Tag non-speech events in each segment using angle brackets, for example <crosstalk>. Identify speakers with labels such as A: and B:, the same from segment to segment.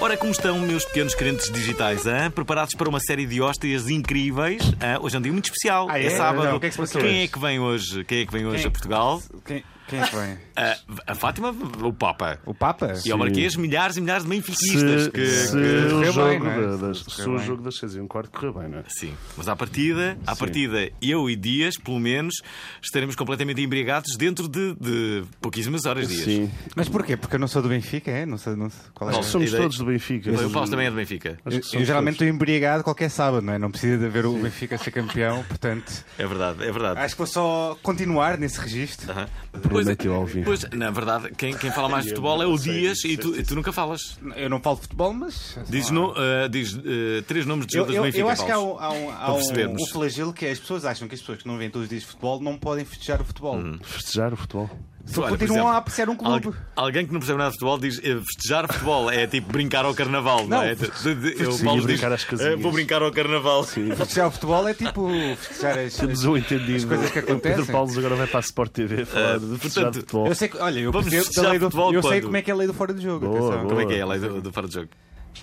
A: Ora, como estão, meus pequenos crentes digitais? hã? Preparados para uma série de hóstias incríveis? hã? Hoje é um dia muito especial.
B: Ah, é?
A: sábado.
B: Então, o que é que se passou
A: Quem
B: hoje?
A: é que vem hoje? Quem é que vem hoje
B: Quem?
A: a Portugal?
B: Quem, quem é que vem?
A: Ah, A, Fátima, o Papa.
B: O Papa?
A: E ao Marquês, milhares e milhares de benfiquistas.
C: se,
A: que-
C: se
A: que-
C: o
B: correu
C: jogo,
B: bem, não é?
C: da- das,
B: Se
C: se
B: correu
C: o
B: bem.
C: jogo das 6 e um quarto correu bem, não é?
A: Sim, mas à partida, à partida, eu e Dias, pelo menos, estaremos completamente embriagados dentro de, de pouquíssimas horas, Dias.
C: Sim.
B: Mas porquê? Porque eu não sou do Benfica, é? Não sei, não sei qual é.
A: Não,
C: Acho que somos
A: ideia-
C: todos do Benfica.
A: O Paulo também é do Benfica.
C: Acho
B: Eu,
C: que somos
B: eu geralmente
C: todos.
B: estou embriagado qualquer sábado, não é? Não precisa de haver o Benfica ser campeão, portanto.
A: É verdade, é verdade.
B: Acho que vou só continuar nesse registro.
A: Aham. Depois,
C: Prometeu ao vivo.
A: depois, é, na verdade, quem, quem fala mais de
C: Eu
A: futebol é
C: não
A: o
C: sei,
A: Dias e
C: disseste
A: tu, e tu nunca falas.
B: Eu não falo de futebol, mas.
A: Diz, no, ah, diz ah, três nomes de
B: Eu,
A: jogadores do
B: eu,
A: Benfica.
B: eu acho que há
A: Paulo.
B: um, há um, há um-
A: percebermos.
B: um flagelo que é as pessoas acham que as pessoas que não vêm todos os dias de futebol não podem festejar o futebol.
C: Festejar o futebol.
B: Só
A: Hum. Olha, por
B: continuam
A: exemplo,
B: a apreciar um clube.
A: Algu- alguém que não percebe nada de futebol diz eh, festejar futebol é tipo brincar ao carnaval, não,
B: Não,
A: é?
B: feste-
A: De- de- eu,
C: sim,
A: Paulo
C: e
A: diz,
C: brincar às casinhas.
A: eh, vou brincar ao carnaval.
B: Festejar o futebol é tipo festejar as.
C: Temos um entendido.
B: As coisas que
C: O Pedro
B: acontecem.
C: Paulo agora vai para a Sport TV falar de festejar
A: portanto,
C: de futebol.
B: Eu sei que, olha, eu,
A: Vamos
B: percebo
A: festejar
B: da lei do,
A: futebol
B: eu sei
A: quando?
B: como é que é a lei do fora do jogo.
C: Boa,
B: atenção.
C: boa.
A: Como é que é a lei do, do fora de jogo?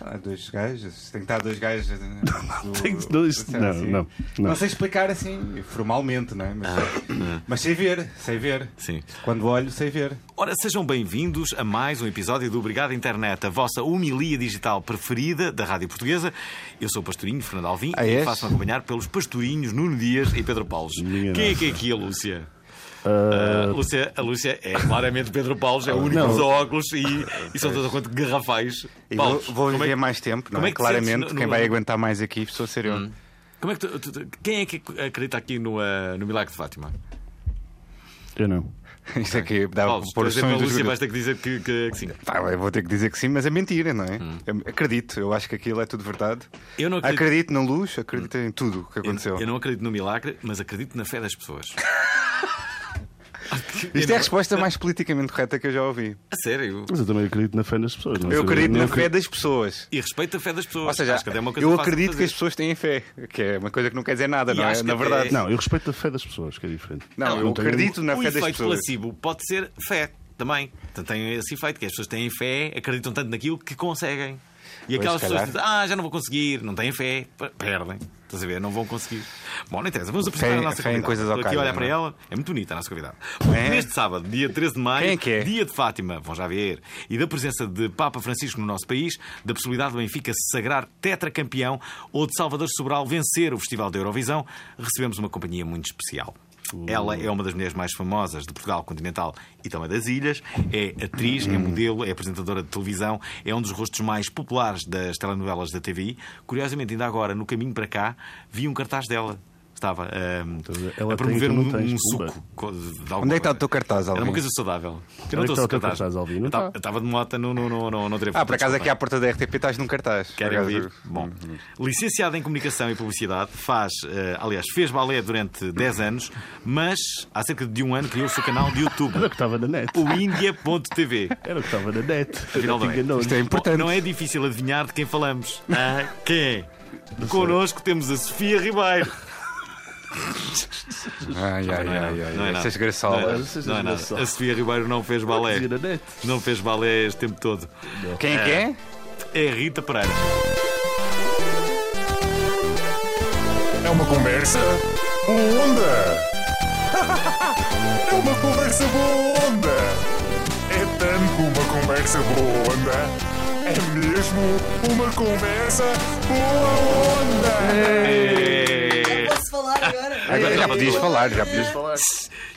B: Ah, dois gajos, tem que estar dois gajos. né, Não,
C: Tem que- <laughs> não, isso- não, não, não.
B: sei explicar assim, formalmente, não é? Mas, mas sei ver, sei ver.
A: Sim.
B: Quando olho, sei ver.
A: Ora, sejam bem-vindos a mais um episódio do Obrigado Internet, a vossa homilia digital preferida da Rádio Portuguesa. Eu sou o Pastorinho, Fernando Alvim,
B: Ah,
A: e
B: és?
A: faço-me acompanhar pelos Pastorinhos, Nuno Dias e Pedro Paulo.
C: Minha
A: Quem é
C: nossa.
A: que é aqui a Lúcia?
C: Ah,
A: A Lúcia, a Lúcia é claramente Pedro Paulo,
B: Ah,
A: é o único que usa óculos e, e são todos quanto garrafais.
B: E
A: Paulo,
B: vou, vou
A: como é
B: viver
A: que-
B: mais tempo, não
A: como
B: é?
A: é que te
B: Claramente,
A: sentes no-
B: quem
A: no-
B: vai aguentar mais aqui, pessoa ser eu.
A: Como é que tu- tu- tu- quem é que acredita aqui no, ah, no milagre de Fátima?
C: Eu não.
B: <laughs> Isto aqui dá
A: Paulo,
B: pôr
A: por
B: os
A: exemplo, a
B: sonhos dos
A: Lúcia vais
B: jogadores.
A: ter que dizer que, que- que sim.
B: Tá, bem, vou ter que dizer que sim, mas é mentira, não é? Eu acredito, eu acho que aquilo é tudo verdade.
A: Hum. Eu não acredito- Hum.
B: acredito na luz, acredito em tudo o que aconteceu.
A: Eu não acredito no milagre, mas acredito na fé das pessoas. Eu
B: Isto é
A: não-
B: a resposta mais politicamente correta que eu já ouvi.
A: A sério.
C: Mas eu também acredito na fé das pessoas. não
B: Eu
C: sei-
B: acredito
C: nem
B: na fé das pessoas.
A: E respeito a fé das pessoas.
B: Ou seja,
A: Acho que até é uma coisa
B: eu
A: fácil de
B: acredito que as
A: fazer.
B: pessoas têm fé, que é uma coisa que não quer dizer nada,
A: E
B: não
A: acho
B: é?
A: que
B: Na
A: até-
B: verdade,
C: Não, eu respeito a fé das pessoas, que é diferente.
B: não, eu
C: tenho-
B: acredito na
A: o
B: fé das
A: Um efeito
B: pessoas.
A: placebo pode ser fé também. Portanto, tem esse efeito, que as pessoas têm fé, acreditam tanto naquilo que conseguem. E aquelas
B: se
A: pessoas
B: calhar.
A: que dizem, ah, já não vou conseguir, não têm fé, per- perdem. Estás a ver? Não vão conseguir. Bom, não interessa. Vamos apresentar
B: Fé-
A: a nossa
B: fé em
A: convidada.
B: coisas ao
A: Estou aqui a
B: calho,
A: olhar para
B: não é?
A: ela. É muito bonita a nossa convidada.
B: É?
A: Neste sábado, dia 13 de maio,
B: Quem é que é?
A: dia de Fátima, vão já ver, e da presença de Papa Francisco no nosso país, da possibilidade do Benfica se sagrar tetracampeão ou de Salvador Sobral vencer o Festival da Eurovisão, recebemos uma companhia muito especial. Ela é uma das mulheres mais famosas de Portugal continental e também das ilhas. É atriz, é modelo, é apresentadora de televisão, é um dos rostos mais populares das telenovelas da TVI. Curiosamente, ainda agora, no caminho para cá, vi um cartaz dela. Estava ahm,
C: a ver, ela
A: a
C: tem o
A: promover
C: que não
A: um,
C: tens,
A: um
C: pumba.
A: suco. co- de alguma
B: Onde é que está o
A: coisa.
B: teu cartaz,
A: Era
B: Alvin?
A: uma coisa saudável. Eu
C: Onde é que
A: estou
C: está o teu
A: cartaz.
C: cartaz, Alvin? Não
A: Eu tava-
C: está?
A: eu estava de moto, não, não, não, não, não tive
B: Ah, por acaso aqui
A: desculpa.
B: à porta da RTP estás num cartaz.
A: Querem
B: Por acaso- é Uhum.
A: ouvir? Bom, licenciada em Comunicação e Publicidade, faz, eh, aliás, fez balé durante 10 anos, mas há cerca de um ano criou o seu canal de YouTube,
C: Era o que estava na net.
A: o India.tv.
C: Era o que estava na net.
A: Afinal, não é.
C: Enganou-nos.
B: Isto é importante.
A: Não é difícil adivinhar de quem
B: <laughs>
A: falamos. Ah, quem é? Connosco temos a Sofia Ribeiro.
B: Ai, ai,
A: Não é nada,
B: ai,
A: não é
B: ai.
A: nada.
B: Estas
A: Não é nada,
B: graçolas.
C: Essas
A: não é nada.
C: graçolas.
A: A Sofia Ribeiro não fez balé.
C: Dizia na net.
A: Não fez balé este tempo todo.
B: Quem é que é?
A: É a Rita Pereira.
D: É uma conversa boa onda. <laughs> É uma conversa boa onda. É tanto uma conversa boa onda. É mesmo uma conversa boa onda.
A: É...
E: Posso falar agora?
B: Agora já podias falar, já podias
E: falar.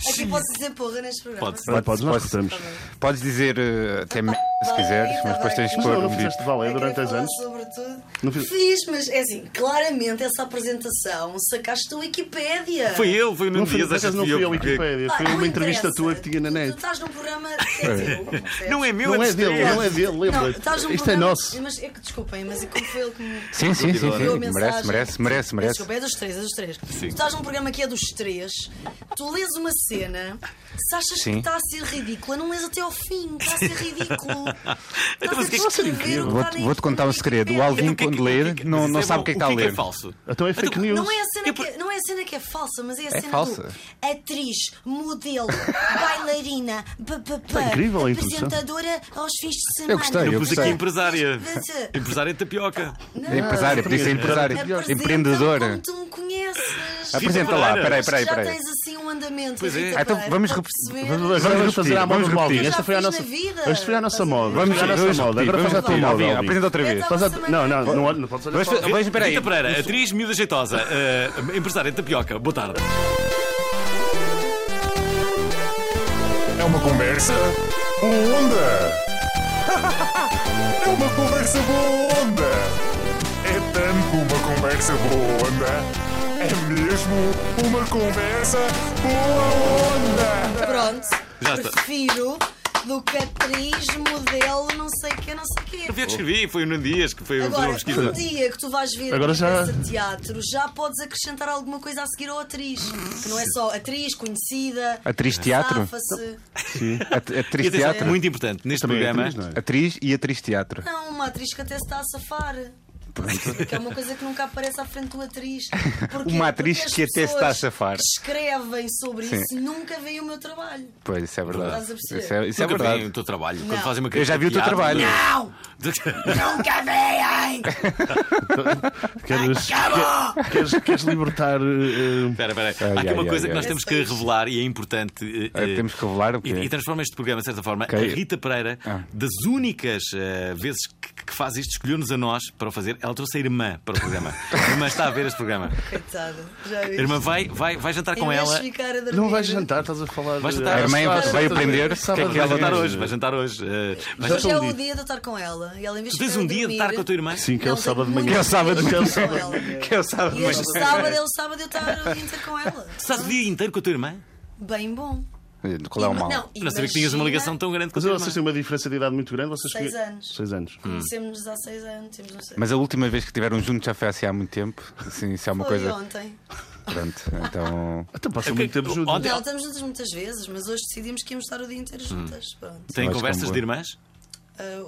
E: É que eu posso dizer porra neste programa.
A: Pode.
C: Olha, Podes, nós cortamos.
B: Podes dizer eh, até m se quiseres, mas depois tens de
E: Mas
B: pôr
C: Não,
B: um
C: não
B: bico.
C: fizeste
E: é Eu
C: valer
E: queria
C: durante 10
E: falar
C: anos.
E: Sobretudo
C: Não fiz-
E: Fiz, mas é assim, claramente essa apresentação sacaste da Wikipédia.
A: Foi eu, foi o Nuno
C: Não fui,
A: Dias,
C: por acaso
A: achaste
C: não
A: que
C: fui
A: eu
C: à
A: que-
C: Wikipédia,
E: Pá,
C: foi
E: não
C: uma entrevista
E: interessa.
C: tua que tinha na
E: Tu-
C: net.
E: Tu estás num programa
C: <laughs>
E: que é teu. percebes?
A: Não é meu,
C: Não
A: de
C: é dele,
A: estreia.
C: não é dele,
E: Não,
C: lembra-te.
E: estás num
C: Isto é
E: programa-
C: nosso.
E: Mas é que desculpem, mas é como foi ele que me.
F: Sim, sim, sim, sim.
E: Enviou
B: Merece,
E: a né?
B: merece,
E: mensagem.
B: merece,
E: Peço
B: merece.
E: Desculpa, é dos três, é dos três. Tu estás num programa que é dos três, tu lês uma cena, se achas
B: Sim.
E: que está a ser ridícula, não lês até ao fim, está a ser
B: <laughs>
E: ridículo.
A: Então, mas o que é que-
E: Estás a escrever o que está
B: Vou-te
E: na
B: vou-te contar um segredo. O
E: Wikipédia.
A: Então,
B: Alvin,
A: o que é que-
B: quando lê, não, não sabe o que é que está a
A: O que é que é
B: ler.
C: <laughs>
A: falso?
C: Então é fake news.
E: Não é, a cena
A: Eu
E: que,
A: pre-
E: não é a cena que é falsa, mas é a cena
B: falsa.
E: do atriz,
B: <laughs>
E: modelo, bailarina, pa- pa- pa,
C: Está incrível a introdução.
E: apresentadora aos fins de semana.
B: Eu gostei,
A: Eu
B: Eu
A: pus
B: gostei.
A: aqui empresária.
E: Mas, mas,
A: Empresária de tapioca.
E: Não,
B: É empresária, podia ser empresária.
E: apresenta-me
B: Empreendedora.
E: como Tu me conheces.
B: Apresenta lá,
A: Pereira.
B: peraí, peraí,
E: Já
B: peraí.
E: tens assim um andamento.
A: Tipo, Pois é.
E: Rita
B: Ah, então
E: Pereira,
B: vamos
E: para
B: rep-
E: perceber.
B: vamos-
C: Vamos fazer
B: repetir,
C: à moda
B: vamos
C: o molding.
B: repetir.
C: Esta foi a
E: Já fiz
C: nossa.
E: na vida.
C: Esta foi a nossa
E: Estás a
C: moda.
E: ver?
C: Vamos
B: Vamos
C: à nossa moda. Agora faz
B: vamos
C: a tua
B: repetir.
C: moda.
B: Alvin,
C: Alvin.
B: apresenta outra vez.
E: Então,
C: Faz a-
E: Nossa,
C: Não,
E: mãe.
C: não, não, não podes olhar
B: Vamos
C: para
B: fa- vamos- peraí.
A: Rita Pereira, atriz miúda jeitosa, eh, empresária de tapioca. Boa tarde.
D: É uma conversa boa onda. <laughs> É uma conversa boa onda. É tanto uma conversa boa onda. É mesmo uma conversa boa onda.
E: Pronto.
A: Já está.
E: Prefiro do que atriz, modelo, não sei o que, não sei o que.
A: Eu vi, descrevi, foi o Nuno Dias que foi o
E: Agora,
A: uma pesquisa.
E: um dia que tu vais ver
C: Agora
E: Agora
C: já-
E: peça de teatro, já podes acrescentar alguma coisa a seguir ao atriz. Que não é só atriz conhecida.
B: Atriz de teatro?
E: safa-se.
B: At-
A: E
B: Atriz de
A: atenção,
B: teatro?
A: Muito importante, neste
C: Também é
A: programa.
C: atriz, não é?
B: Atriz e atriz de teatro.
E: Não, uma atriz que até se está a safar. Que é uma coisa que nunca aparece à frente do atriz. Porquê?
B: Uma atriz
E: Porque as
B: que até se
E: pessoas
B: está a safar.
E: que escrevem sobre
B: Sim.
E: isso nunca veem o meu trabalho.
B: Pois, isso é verdade.
E: Estás a perceber?
B: Isso é, isso é
A: Nunca vi
B: verdade.
A: o teu trabalho.
E: Não.
A: Quando fazem uma
B: Eu já vi o teu
A: crítica de <laughs>
B: trabalho.
A: teatro-
E: Não! Nunca veem!
C: Queres, queres, queres libertar. eh, eh,
A: Espera, espera.
B: Ai,
A: Há aqui
B: ai,
A: uma
B: ai,
A: coisa que
B: ai.
A: nós temos que
E: Esse país.
A: revelar e é importante. eh,
B: Ah,
C: É,
A: eh,
B: temos que revelar o quê?
A: E, e transforma este programa, de certa forma,
B: Ok.
A: a Rita Pereira,
C: Ah.
A: das únicas eh, vezes que, que faz isto, escolheu-nos a nós para o fazer. Ela trouxe a irmã para o programa. a irmã está a ver este programa.
E: Coitada, já
A: A
E: vi.
A: irmã vai, vai, vai jantar com
E: Em vez
A: ela.
E: de ficar a dormir-
C: Não vais jantar, estás a falar.
A: Vais
C: de-
A: jantar. A irmã
C: Estás-
B: vai
C: estás-
B: aprender
C: estás-
B: o que é que
A: Vai
B: ela
A: jantar
B: diz.
A: hoje, vai jantar hoje. eh, vai
E: Hoje é
A: jantar-
E: o dia de eu estar com ela. E ela, em vez
A: Tu
E: de
A: tens
E: ficar
A: um
E: a
A: dia de
E: dormir-
A: estar com a tua irmã?
C: Sim, que é o
E: Não, tenho
C: sábado de manhã.
E: muito
B: É o sábado de
E: dia
B: manhã.
E: estar com ela.
B: Que é o sábado
E: E
B: de
E: este
B: manhã.
E: sábado, ele sábado, eu estar o dia inteiro com ela.
A: Estás o dia inteiro com a tua irmã?
E: Bem bom.
B: Qual é o
E: Ima-
B: mal?
E: Não,
A: Não sabia que tinhas uma ligação tão grande com a
C: Mas
A: tua
C: eu
A: irmã.
C: vocês têm uma diferença de idade muito grande. Vocês
E: Seis
C: conhe-
E: anos.
C: Seis anos.
E: Conhecemos-nos há seis anos, temos não sei.
B: Mas a última vez que estiveram juntos já foi assim há muito tempo. Assim, isso é uma
E: Foi
B: coisa.
E: ontem.
B: Pronto, então.
C: Então passa
A: Ok,
C: muito tempo junto.
A: ontem-
E: Não, estamos juntas muitas vezes, mas hoje decidimos que íamos estar o dia inteiro juntas. Pronto.
A: Hum. Tem
B: Acho que é um
A: conversas
B: bom.
A: de irmãs?
E: Ah,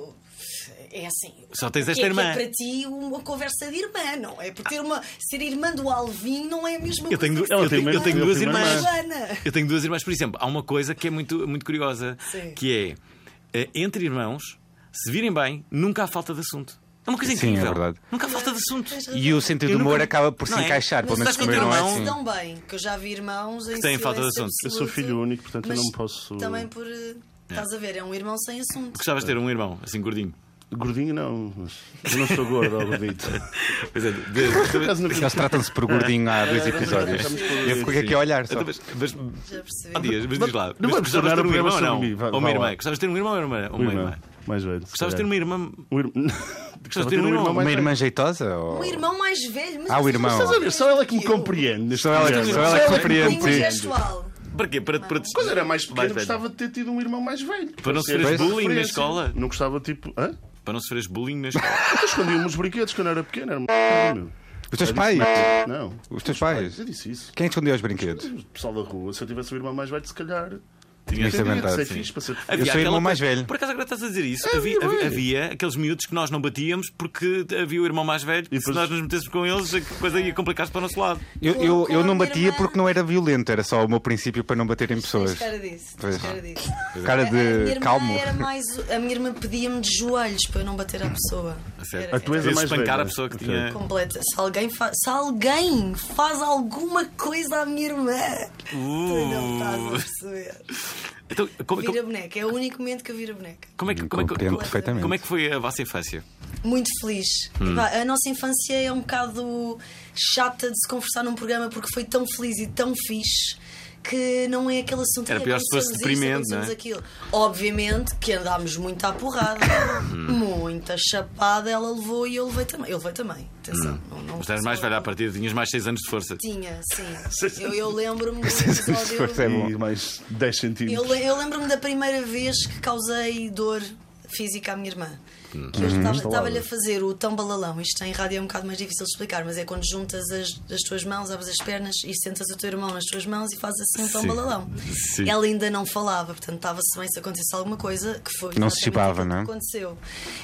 E: é assim.
A: Só tens
E: o que
A: esta
E: é que
A: irmã.
E: É para ti uma conversa de irmã, não é? Por ter uma. Ser irmã do Alvin não é a mesma
A: Eu tenho,
E: coisa.
A: du-
E: que
C: Ela
A: eu
C: tem
A: tenho-
C: mesmo
A: eu tenho
C: a
A: duas
C: primeira
A: irmãs.
E: Joana.
A: Eu tenho duas irmãs, por exemplo. Há uma coisa que é muito, muito curiosa,
E: Sim.
A: que é eh, entre irmãos, se virem bem, nunca há falta de assunto. É uma coisa
B: Sim, é
A: incrível.
B: verdade.
A: Nunca há falta de assunto.
E: Tens razão.
B: E o sentido
A: Eu
B: do humor
A: nunca-
B: acaba por se
A: Não é?
B: encaixar, pelo
E: Mas
B: menos
E: estás
B: com
E: com
B: o meu
A: teu
B: irmão é
A: irmão,
E: irmãos
B: assim.
E: tão bem, que eu já vi irmãos em
A: Que têm falta de
E: silêncio
A: assunto.
C: Eu sou
E: absoluto,
C: filho único, portanto eu
E: mas
C: não posso-
E: Também por. eh, Estás a ver, é um irmão sem assunto.
A: Gostavas de ter um irmão, assim gordinho.
C: Gordinho não. mas Eu não sou gordo, ó, gordito.
A: Pois é, de-
C: <laughs>
A: de-
C: Por acaso, na
B: Eles tratam-se por gordinho há dois episódios.
C: Estamos por
B: Eu fico aqui a olhar só.
A: mas, mas,
E: Já percebi.
A: há dias, mas diz lá.
C: Não
A: mas gostavas de
C: vamos tornar
A: ter
C: o
A: um
C: programa
A: irmão ou
C: sobre
A: não?
C: mim, vá-
A: Ou uma
C: vá
A: irmã?
C: lá.
A: Gostavas de ter um irmão ou uma irmã? Ou
C: Um
A: uma
C: irmão.
A: irmã?
C: Mais velho.
A: Gostavas de ter uma irmã?
C: <laughs> Gostavas
A: ter um irmão?
B: Uma irmã jeitosa? Ou...
E: Um irmão mais velho, mas
B: Ah, o irmão.
C: Estás a ver? Só ela que me compreende. neste
B: Só ela que-
C: programa.
B: só ela que compreende,
E: Língua
B: sim.
E: gestual.
A: Para quê? Para, para,
C: Quando era mais pequeno,
A: Mais velho.
C: gostava de ter tido um irmão mais velho.
A: Para não
C: ser
A: sofreres
C: uma
A: bullying na
C: referência.
A: escola?
C: Não gostava, tipo. Hã?
A: para não sofreres bullying
C: <laughs>
A: na escola.
C: Eu escondia-me os brinquedos quando era pequeno. Era uma merda, meu.
B: Os teus pais?
C: Não.
B: Os teus pais?
C: Eu disse isso.
B: Quem escondeu os brinquedos?
C: O pessoal da rua, se eu tivesse um irmão mais velho, se calhar.
A: Tinha
B: que aguentar,
C: ser
B: sim.
C: fixe para ser
B: Eu
A: Havia
B: sou o irmão
A: aquela
B: mais
A: coisa-
B: velho.
A: Por acaso agora estás a dizer isso?
C: É,
A: havia, havia- havia aqueles miúdos que nós não batíamos porque havia o irmão mais velho.
C: E
A: Se
C: depois-
A: nós nos metêssemos com eles, a coisa ia complicar-se para o nosso lado.
B: Eu, eu, eu não
E: Com a minha
B: batia
E: irmã.
B: porque não era violento, era só o meu princípio para não bater em pessoas.
E: Tens cara disso.
B: Pois.
E: Tens cara disso.
B: Cara
E: A minha
B: de
E: irmã
B: calmo. <laughs>
E: era mais- A minha irmã pedia-me de joelhos para eu não bater à pessoa.
A: Certo.
E: Era-
C: A tua Ah, és a
A: Vezes
C: mais
A: espancar
C: velha.
A: a pessoa que
C: Ok.
A: tinha.
E: Completa. Se alguém, fa- se alguém faz alguma coisa à minha irmã, tu não estás
B: Uh.
E: a perceber.
A: Uh. Então, como,
E: Vira
A: como,
E: boneca, é o único momento que eu viro boneca.
A: como é que, como, é que,
B: Compreendo
A: como,
B: perfeitamente.
A: como é que foi a vossa infância?
E: Muito feliz.
A: Hum.
E: Epá, a nossa infância é um bocado chata de se conversar num programa porque foi tão feliz e tão fixe que não é aquele assunto
A: Era
E: "Ai,
A: pior se fosse
E: aconteceu-nos
A: deprimente,
E: isto, aconteceu-nos
A: não é?
E: aquilo. Obviamente que andámos muito à porrada,
A: Hum.
E: muita chapada ela levou e eu levei também. Eu levei também, atenção. Não, não
A: Hum. Mas eras mais velha à partida, tinhas mais 6 anos de força.
E: Tinha,
A: <laughs>
E: sim. Eu, eu lembro-me do
B: Isso
E: episódio.
B: é bom.
C: E mais 10
E: Eu,
C: centímetros.
E: le- eu lembro-me da primeira vez que causei dor física à minha irmã. Que eu estava-
B: Uhum.
E: estava-lhe a fazer o tão balalão. Isto em rádio é um bocado mais difícil de explicar, mas é quando juntas as, as tuas mãos, abres as pernas e sentas o teu irmão nas tuas mãos e fazes assim um tão
A: Sim.
E: balalão.
A: Sim.
E: Ela ainda não falava, portanto estava-se bem se acontecesse alguma coisa que foi.
B: Não se
E: exatamente
B: chibava,
E: aquilo
B: não é?
E: que aconteceu.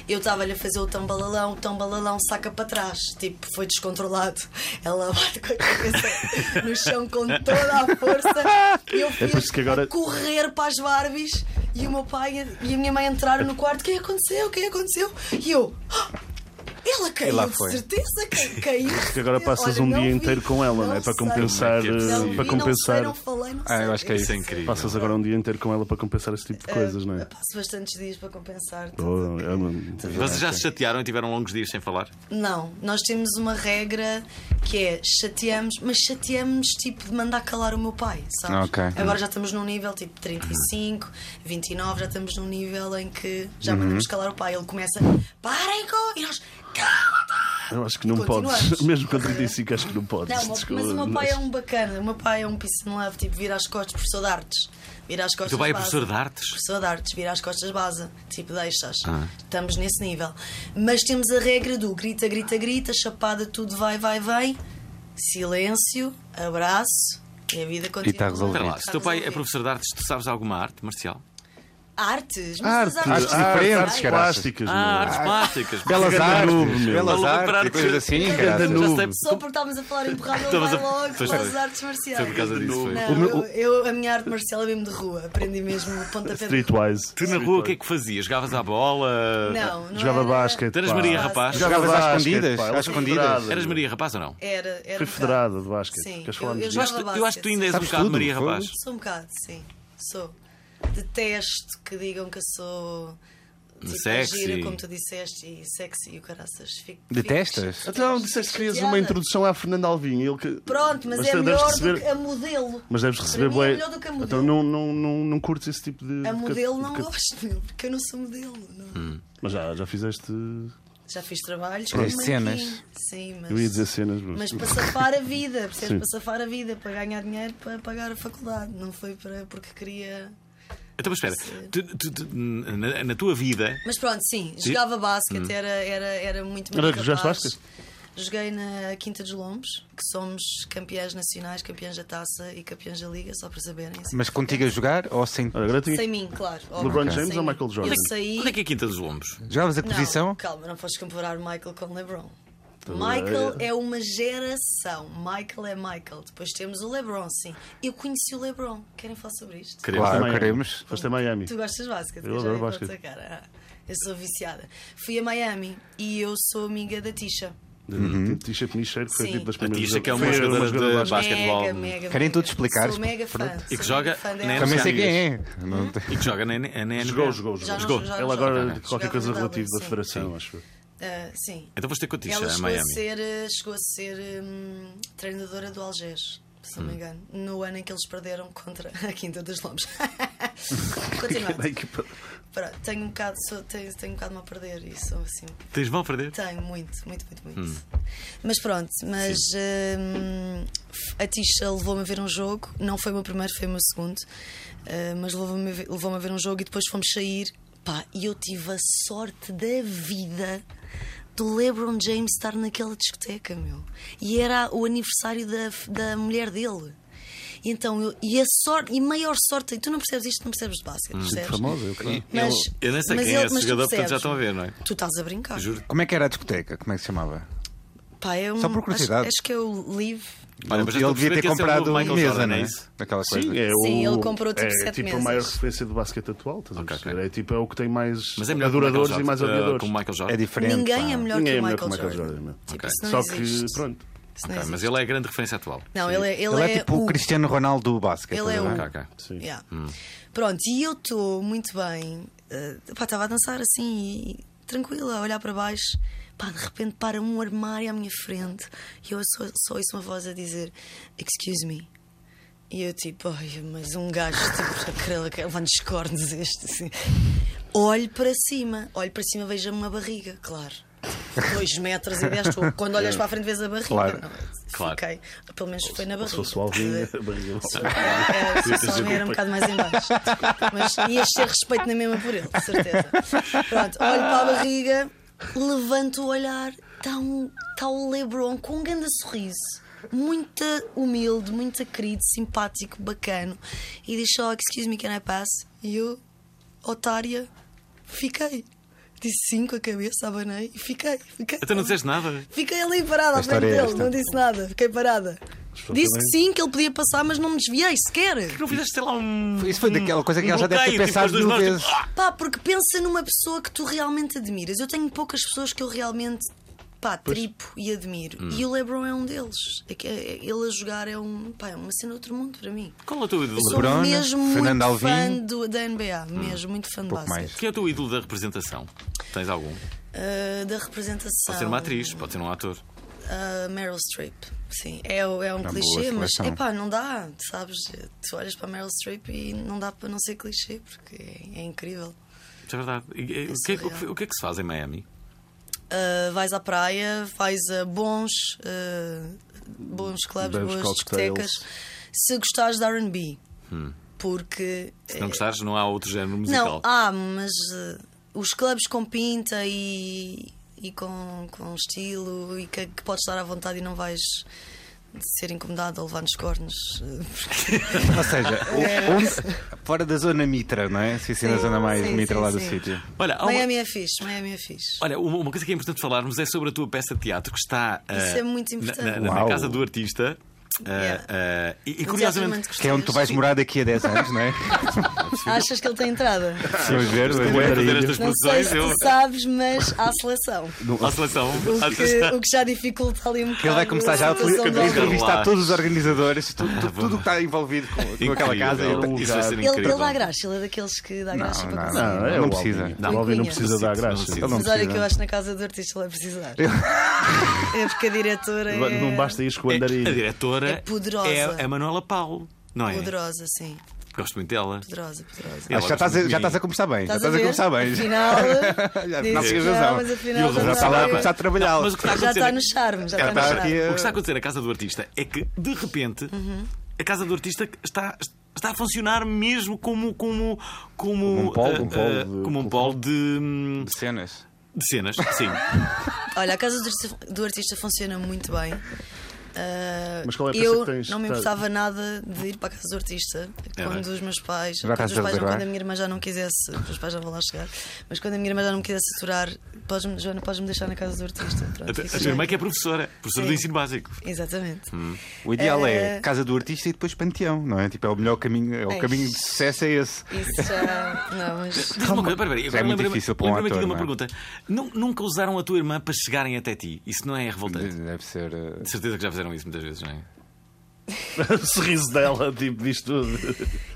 E: Eu estava-lhe a fazer o tão balalão, o tão balalão saca para trás, tipo, foi descontrolado. Ela bate com a
C: <laughs>
E: cabeça no chão com toda a força e eu fui
C: É por isso que agora-
E: a correr para as Barbies e o meu pai e a minha mãe entraram no quarto. O que é que aconteceu? O que é que aconteceu? E eu. "Ah, Ela caiu,
B: lá
E: de
B: foi.
E: certeza que caiu.
C: <laughs> Que agora passas
E: Olha,
C: um
E: não
C: dia
E: vi,
C: inteiro com ela, não é? Para
E: sei.
A: Não é
C: compensar.
A: que é
C: eh,
A: possível.
E: Não
C: Para
E: vi, Não sei, não
C: compensar.
E: falei, não
B: Ah, eu
E: sei.
B: acho que é
A: Isso é
B: Sim.
A: incrível.
C: Passas agora um dia inteiro com ela para compensar esse tipo de coisas, não é?
E: Passo bastantes dias para compensar.
C: Oh, é uma-
A: Vocês já se chatearam e tiveram longos dias sem falar?
E: Não, nós temos uma regra que é chateamos, mas chateamos tipo de mandar calar o meu pai, sabes?
B: Ok.
E: Agora já estamos num nível tipo 35, 29, já estamos num nível em que já mandamos calar o pai. Ele começa, parem com. E nós, cala-te!
C: Eu acho que não
E: Continuamos.
C: podes. <laughs> Mesmo com 35, acho que
A: <laughs>
C: não podes.
E: Não, mas
C: Desculpa,
E: mas o meu
C: mas-
E: pai é
C: <laughs>
E: um bacana, o meu pai é um piece in love, tipo, vira as costas, professor de artes. Vira as costas.
A: teu pai é
E: vaza.
A: professor de artes? Ah.
E: Professor de artes, vira as costas, baza. Tipo, deixas. Estamos nesse nível. Mas temos a regra do grita, grita, grita, chapada, tudo vai, vai, vai. Silêncio, abraço e a vida continua.
B: está resolvido.
A: Espera lá, se
E: Está
A: o teu pai é
E: resolvido.
A: professor de artes, tu sabes alguma arte marcial?
E: Artes?
B: Artes,
E: Mas as artes,
B: artes diferentes,
E: Ai,
B: caralho.
C: plásticas,
A: Ah,
C: meu.
A: artes plásticas.
B: Belas
C: Ganda
B: artes,
C: nube, meu.
B: belas
A: Vou lembrar
B: artes, e
A: que-
B: coisas assim,
E: Ganda
B: caralho.
A: Já sei-
E: Só porque estávamos a falar em porrada, ele
A: Estavas
E: vai
A: a-
E: logo
A: Pois
E: pelas
A: foi.
E: artes
A: Foi por
E: marciais.
A: causa disso. foi.
E: Não, eu, eu- a minha arte marcial é mesmo de rua. Aprendi mesmo pontapé de rua.
C: Streetwise.
A: Tu na rua o que é que fazias? Jogavas à bola?
E: Não, não é?
C: Jogava
E: era-
C: basquete.
A: Tu eras
C: pá.
A: Maria
E: Pá.
A: Rapaz?
E: Já-
B: Jogavas
C: basquete,
B: às escondidas,
C: pá. Ela
B: às
C: foi
B: escondidas.
C: federada.
A: Eras Maria Rapaz ou não?
E: Era,
C: Foi
E: era um bocado.
C: federada de basquete.
E: Sim,
C: Queres
E: eu-
C: falarmos
E: eu
C: disso?
A: Eu acho, que- eu acho que tu ainda és um
B: Sabes
A: bocado
B: tudo,
A: Maria
B: fogo.
A: Rapaz.
E: Sou um bocado, sim. Sou. Detesto que digam que eu sou. Tipo,
A: Sexy.
E: Gira, como tu disseste, e sexy e o caraças. Fico, fico
B: Detestas?
C: Então, disseste que querias uma
E: Chateada.
C: introdução à Fernando Alvim. Ele que...
E: Pronto, mas, é
C: tu deves
E: melhor
C: receber-
E: do que a modelo.
C: Mas deves receber
E: Para mim é
C: bué-
E: melhor do que a modelo.
C: Então não, não, não, não curtes esse tipo de.
E: A
C: de-
E: modelo
C: de-
E: não
C: de-
E: gosto, meu, porque eu não sou modelo. não.
A: Hum.
C: Mas já, já fizeste.
E: Já fiz trabalhos,
B: Pronto.
E: como
B: Cenas.
E: aqui. Sim, mas.
C: Eu ia dizer cenas, mas.
E: Mas para safar a vida, percebes?
C: Sim.
E: Para safar a vida, para ganhar dinheiro, para pagar a faculdade. Não foi para, porque queria.
A: Então, mas espera, tu- tu- tu- na, na tua vida,
E: Mas pronto, sim, jogava basquete, era, era, era muito
C: Hum. Era
E: muito
C: que jogaste
E: capaz.
C: basquete?
E: Joguei na Quinta dos Lombos, que somos campeãs nacionais, campeãs da taça e campeãs da liga, só para saberem. assim.
B: Mas contigo a jogar ou sem.
C: Olha, agora tinha.
E: Sem mim, claro. óbvio,
C: LeBron
E: sem
C: James ou
E: mim.
C: Michael Jordan?
E: Eu saí.
A: onde é que é a Quinta dos Lombos?
B: Jogavas é a que
E: Não,
B: posição?
E: calma, não podes comparar Michael com LeBron. Michael é uma geração. Michael é Michael. Depois temos o LeBron, sim. Eu conheci o LeBron. Querem falar sobre isto?
A: Ah, Queremos.
B: Claro,
C: Miami.
B: queremos.
C: Foste a Miami.
E: Tu gostas de basquete?
C: Eu
E: já
C: adoro
E: vi pela tua
C: basquete.
E: cara. Ah, eu sou viciada. Fui a Miami e eu sou amiga da Tisha.
C: Uhum. T-shirt nicheiro que foi
E: Sim.
C: tipo das
A: A
C: primeiras.
A: Tisha, que é uma
C: Foi
A: jogadora
C: jogadora
A: de basquetebol
E: Mega, mega,
B: Querem
E: mega.
B: todos explicar?
E: Sou mega fã.
A: E que
E: Sou
A: joga
E: mega fã
A: na
E: dela.
A: NBA.
B: Também sei quem é. Não tem-
A: e que joga na, na NBA.
C: Jogou, jogou,
E: Já
C: jogou.
A: Jogou.
E: não já não
C: Ela agora,
E: joga.
C: qualquer
E: Jogava
C: coisa
E: no
C: relativo
E: Dublin,
C: da
E: sim.
C: federação, acho que
E: Ah, sim.
A: Então foste ter com a Tisha
E: Ela
A: a
E: chegou a,
A: Miami.
E: ser, eh, chegou a ser hum, treinadora do Algés, se
A: Hum.
E: não me engano, no ano em que eles perderam contra a Quinta
A: <laughs>
E: dos Lombos.
C: <laughs> É
E: Continuando.
C: equipa.
E: Pronto, tenho um bocado, sou, tenho, tenho um bocado a perder e sou assim.
A: Tens vão perder?
E: Tenho, muito, muito, muito, muito.
A: Hum.
E: Mas pronto, mas hum, a Tisha levou-me a ver um jogo, não foi o meu primeiro, foi o meu segundo, eh, mas levou-me a, ver- levou-me a ver um jogo e depois fomos sair. Pá, e eu tive a sorte da vida do LeBron James estar naquela discoteca, meu. E era o aniversário da, f- da mulher dele. E então, eu, e a sorte, e maior sorte, tu não percebes isto, não percebes de basquete, percebes?
C: Famosa, eu creio.
E: Mas,
A: Hum. Eu nem sei
E: mas
A: quem
E: ele-
A: é esse
E: mas tu
A: jogador, portanto
E: percebes.
A: já estão a ver, não é?
E: Tu estás a brincar.
A: Juro.
B: Como é que era a discoteca? Como é que se chamava?
E: Pá, é um-
B: Só por curiosidade.
E: Acho, acho que é o Live.
A: Olha, mas já estou a
B: ele ele devia
A: perceber
B: ter
A: que esse é o novo
B: comprado
A: Michael
B: mesa,
A: Jordan,
B: não
A: é
B: é?
A: isso?
B: Daquela
C: Sim,
B: coisa.
C: é
E: Sim,
C: o,
E: ele comprou, tipo,
C: é,
E: sete
C: tipo
E: mesas.
C: a maior referência do basquete atual, estás a
A: Ok,
C: perceber?
A: ok.
C: É tipo é o que tem mais
A: Mas é melhor que o
C: adoradores
A: Michael
C: e mais
A: Jordan, eh,
C: odiadores.
A: Como o Michael Jordan.
B: É diferente.
E: Ninguém é
B: pá.
E: melhor
C: Ninguém
E: que
C: é
E: o
C: melhor
E: Michael,
C: que o Michael Jordan, meu.
E: Tipo,
A: Ok.
E: isso não
C: Só
E: existe.
C: que, pronto.
E: Isso
A: Ok,
E: não
A: mas
E: existe.
A: ele é a grande referência atual.
E: Não, ele é, ele
B: Ele é tipo o
E: o-
B: Cristiano Ronaldo do basquete.
E: Ele é
B: não
A: Ok, ok.
C: Sim. Hum.
E: Yeah. Pronto, e eu estou muito bem. eh, pá, estava a dançar assim, e, tranquila, a olhar para baixo. Pá, de repente para um armário à minha frente e eu só, só ouço uma voz a dizer: Excuse me, E eu tipo, ai, mas um gajo tipo, <laughs> aquele levando cornos este assim. Olho para cima, olho para cima, vejo uma barriga, claro. dois metros e dez,
C: <laughs>
E: quando olhas para a frente vês a barriga.
C: Claro.
E: Não, é?
A: Claro.
E: Fiquei. Pelo menos foi na
C: Se
E: barriga.
C: fosse o é Alvinho,
E: <laughs>
C: a barriga não
E: Era, só alguém é, era um bocado mais em baixo. Mas ias ter respeito na mesma por ele, de certeza. Pronto, olho para a barriga, levanto o olhar, está um, tá o Lebron com um grande sorriso. Muito humilde, muito querido, simpático, bacano. E diz só, excuse me, can I pass? E eu, otária, fiquei. Disse sim com a cabeça, abanei e fiquei. fiquei.
A: Até Então não disseste nada.
E: Fiquei ali parada à frente
B: história é
E: dele,
B: esta.
E: não disse nada, fiquei parada. Disse que sim, que ele podia passar, mas não me desviei sequer.
A: Não fizeste, sei lá, um.
F: Isso foi daquela coisa que
A: um
F: ela já deve ter
A: bloqueio, tipo,
F: pensado
A: as duas
F: mil
A: mãos, tipo,
F: vezes.
A: "Ah!"
E: Pá, porque pensa numa pessoa que tu realmente admiras. Eu tenho poucas pessoas que eu realmente pá, tripo e
B: Hum.
E: admiro. E o LeBron é um deles. É que, é, ele a jogar é, um, pá, é uma cena de outro mundo para mim.
A: Qual é o teu ídolo?
E: Eu sou
B: LeBron,
E: mesmo
B: Fernando
E: muito
B: Alvim. Hum.
E: fã do, da NBA, mesmo muito fã de
B: Pouco
E: basquete.
A: Quem é o teu ídolo da representação? Tens algum?
E: Ah, da representação.
A: Pode ser uma atriz, pode ser um ator.
E: Ah, Meryl Streep. Sim, é, o- é um
B: boa
E: clichê, mas
B: seleção.
E: epá, não dá, sabes? Tu olhas para Meryl Streep e não dá para não ser clichê, porque é, é incrível.
A: Isso é verdade. E- e- o, que, é que- o que- o que é que se faz em Miami?
E: Uh, vais à praia, vais a bons, uh, bons clubes,
C: Bons
E: boas
C: cocktails.
E: discotecas. Se gostares de RB, porque.
A: Se não
E: eh,
A: gostares, não há outro género musical.
E: não, ah, mas uh, os clubes com pinta e, e com, com estilo e que, que podes estar à vontade e não vais ser incomodado ou levar nos cornos. uh, porque-
B: <laughs> Ou seja, o- onde- fora da zona mitra, não é? Se assim, na
E: É. Sim,
B: zona mais
E: sim,
B: mitra
E: sim,
B: lá do
E: sim.
B: sítio.
A: Olha, há uma-
E: Miami é fixe, Miami é fixe.
A: Olha, uma uma coisa que é importante falarmos é sobre a tua peça de teatro que está ah,
E: Isso é muito
A: na- na,
E: importante.
A: na
B: Uau.
A: casa do artista. Ah,
E: Yeah.
A: ah, e, e
E: No
A: curiosamente,
E: Teatro Armando
B: Que é onde tu vais
E: Cortês.
B: morar daqui a 10 anos, não
E: <laughs>
B: é?
E: Achas que ele
A: <laughs>
E: tem entrada?
B: Vamos ver, vamos
A: para
B: ver.
A: fazer estas
E: Não sei
A: produções,
E: se
A: eu.
E: tu sabes, mas há seleção.
A: À seleção.
E: O
A: à
E: que,
A: seleção.
E: o que já dificulta ali um bocado.
B: Ele vai começar já a
E: situação do
A: Pedro.
E: alvo.
B: entrevistar todos os organizadores, tu- tu- tudo o que está envolvido com, com aquela casa.
A: Incrível.
B: Ele-
A: Isso vai ser
E: Ele,
A: incrível.
E: ele dá graxa, ele é daqueles que dá graxa para
B: não,
E: conseguir.
C: Não, é
B: Não
C: o
B: precisa.
C: Alvin.
A: Não.
C: O Alvin não precisa
A: Não
C: dar graça.
A: precisa.
C: Ele não
E: Mas olha
C: precisa.
E: que eu acho que na casa do artista ele vai precisar. <laughs> É porque a diretora é
C: Não basta isso com
A: <laughs>
C: o
A: É, a
C: andarilho.
A: diretora
E: É poderosa.
A: é a Manuela Paulo, não é?
E: poderosa, sim.
A: Gosto muito dela.
E: Poderosa, poderosa.
A: Ela
B: Acho que já estás, a,
A: gosta
B: já
A: muito
B: estás
A: de
B: a começar bem. Já
E: Estás
B: estás a
E: ver?
B: começar bem. <laughs>
E: Afinal,
B: Já-
E: diz
B: não
E: que
B: tinhas
E: não,
B: razão.
E: mas afinal
A: E o
E: já
A: resultado
B: Já está lá a
E: sabe.
B: começar a trabalhar.
A: Não, mas o que está a
E: Já
A: acontecer
E: está
A: é-
E: no charme, já
B: Já
E: está no
B: está
E: charme.
B: aqui a-
C: é-
A: O que está a acontecer na casa do artista é que, de repente, a casa do artista está, está a funcionar mesmo como, como, como,
C: um polo,
A: ah,
C: um polo
A: ah,
C: de-
A: como um polo de, hum,
B: Cenas.
A: de cenas.
C: <laughs>
A: Sim.
E: Olha, a casa do artista, do artista funciona muito bem. Ah,
C: Mas qual é a peça
E: eu
C: que tens?
E: não me
C: Tá-
E: importava nada de ir para a casa do artista
A: É,
E: quando
A: não é?
E: os meus pais,
B: Já
E: quando,
B: estás
E: os
B: a
E: pais não,
B: reservar?
E: quando a minha irmã já não quisesse, os meus pais já vão lá chegar, mas quando a minha irmã já não me quisesse aturar, podes-me, Joana, podes-me deixar na casa do artista. Pronto,
A: A
E: fica
A: minha irmã Hum.
E: bem.
A: que é professora, professora do
E: Sim.
A: ensino básico.
E: Exatamente.
B: O ideal é
E: Eh,
B: casa do artista e depois panteão, não é? Tipo, é o melhor caminho, é o
E: Ei.
B: caminho de sucesso é esse.
E: Isso já. Não, mas.
A: Diz-me uma coisa, pera, pera,
B: Já é muito
A: lembrei-me-
B: difícil para um
A: lembrei-me aqui de uma
C: é?
B: ator,
A: pergunta. Nu- Nunca usaram a tua irmã para chegarem até ti? Isso não é revoltante?
B: Deve ser. eh,
A: De certeza que já fizeram isso muitas vezes, não é?
C: O <laughs> sorriso dela, tipo, diz tudo.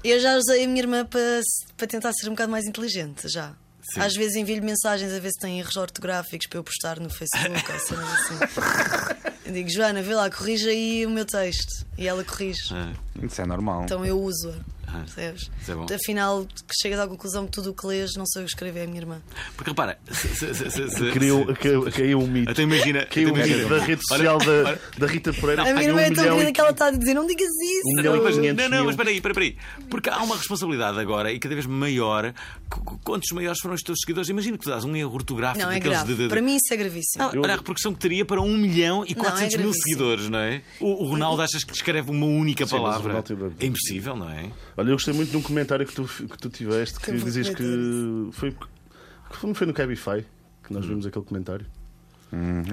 E: Eu já usei a minha irmã para, para tentar ser um bocado mais inteligente, já.
A: Sim.
E: Às vezes envio-lhe mensagens a ver se tem erros ortográficos para eu postar no Facebook ou cenas assim.
A: <laughs>
E: Eu digo, Joana, vê lá, corrige aí o meu texto. E ela corrige.
B: Isso é normal.
E: Então eu uso-a.
A: Ah,
E: Percebes? Então,
A: isso é bom.
E: Afinal, que chegas à conclusão que tudo o que lês não sou eu que escrevi, é a minha irmã.
A: Porque repara, se, se, se, se, se-
C: Criou-
A: se-
C: ca- Caiu um <laughs> mito.
A: até imagina.
C: Caiu um
A: até
C: mito da
A: imagina-
C: rede social da da Rita Pereira.
E: a minha
C: Caiu
E: irmã é
C: um
E: tão
C: milhão
E: querida
C: e-
E: que ela está a dizer: não digas
C: Um
E: isso!
C: milhão
A: Não, mas,
C: e
A: não,
C: 500
A: não,
C: mil.
A: mas espera aí, espera aí. Porque há uma responsabilidade agora e cada vez maior. Qu- qu- Quantos maiores foram os teus seguidores? Imagina que tu dás um erro ortográfico
E: Não, é
A: daqueles
E: grave.
A: de- de-
E: Para mim isso é gravíssimo.
A: Não, Olha a repercussão que teria para 1 milhão e
E: Não,
A: 400
E: é
A: mil
E: gravíssimo.
A: seguidores, não é? O, o Ronaldo achas que escreve uma única
C: mas o
A: palavra?
C: Ronaldo-
A: É impossível, não é?
C: Olha, eu gostei muito de um comentário que tu, que tu tiveste que
E: Eu vou
C: dizias
E: comentar
C: que foi, que foi, foi no Cabify que nós vimos aquele comentário.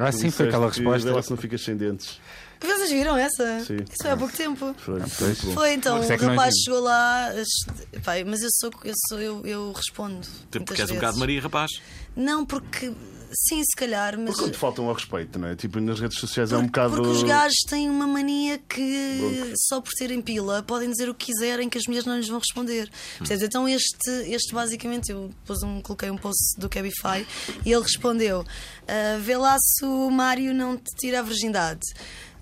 B: Ah, sim, Hum. foi aquela
C: Disseste que vê
B: resposta.
C: lá se não ficas sem dentes.
E: Vocês viram essa?
C: Sim.
E: Isso é há pouco tempo.
C: Foi,
B: Ah,
C: foi bom.
E: Foi então,
B: Por isso é
E: o
B: que nós
E: rapaz
B: vimos.
E: chegou lá, as- pá, mas eu sou, eu sou, eu, eu respondo.
A: Até
E: muitas
A: Porque és um
E: vezes.
A: bocado Maria, rapaz.
E: Não, porque sim, se calhar, mas.
C: Porque quando faltam ao respeito, não é? Tipo, nas redes sociais é um
E: porque-
C: bocado.
E: Porque os gajos têm uma mania que só por terem pila podem dizer o que quiserem que as mulheres não lhes vão responder. Percebes? Então este, este basicamente, eu pus um, coloquei um post do Cabify e ele respondeu: "Ah, Vê lá se o Mário não te tira a virgindade.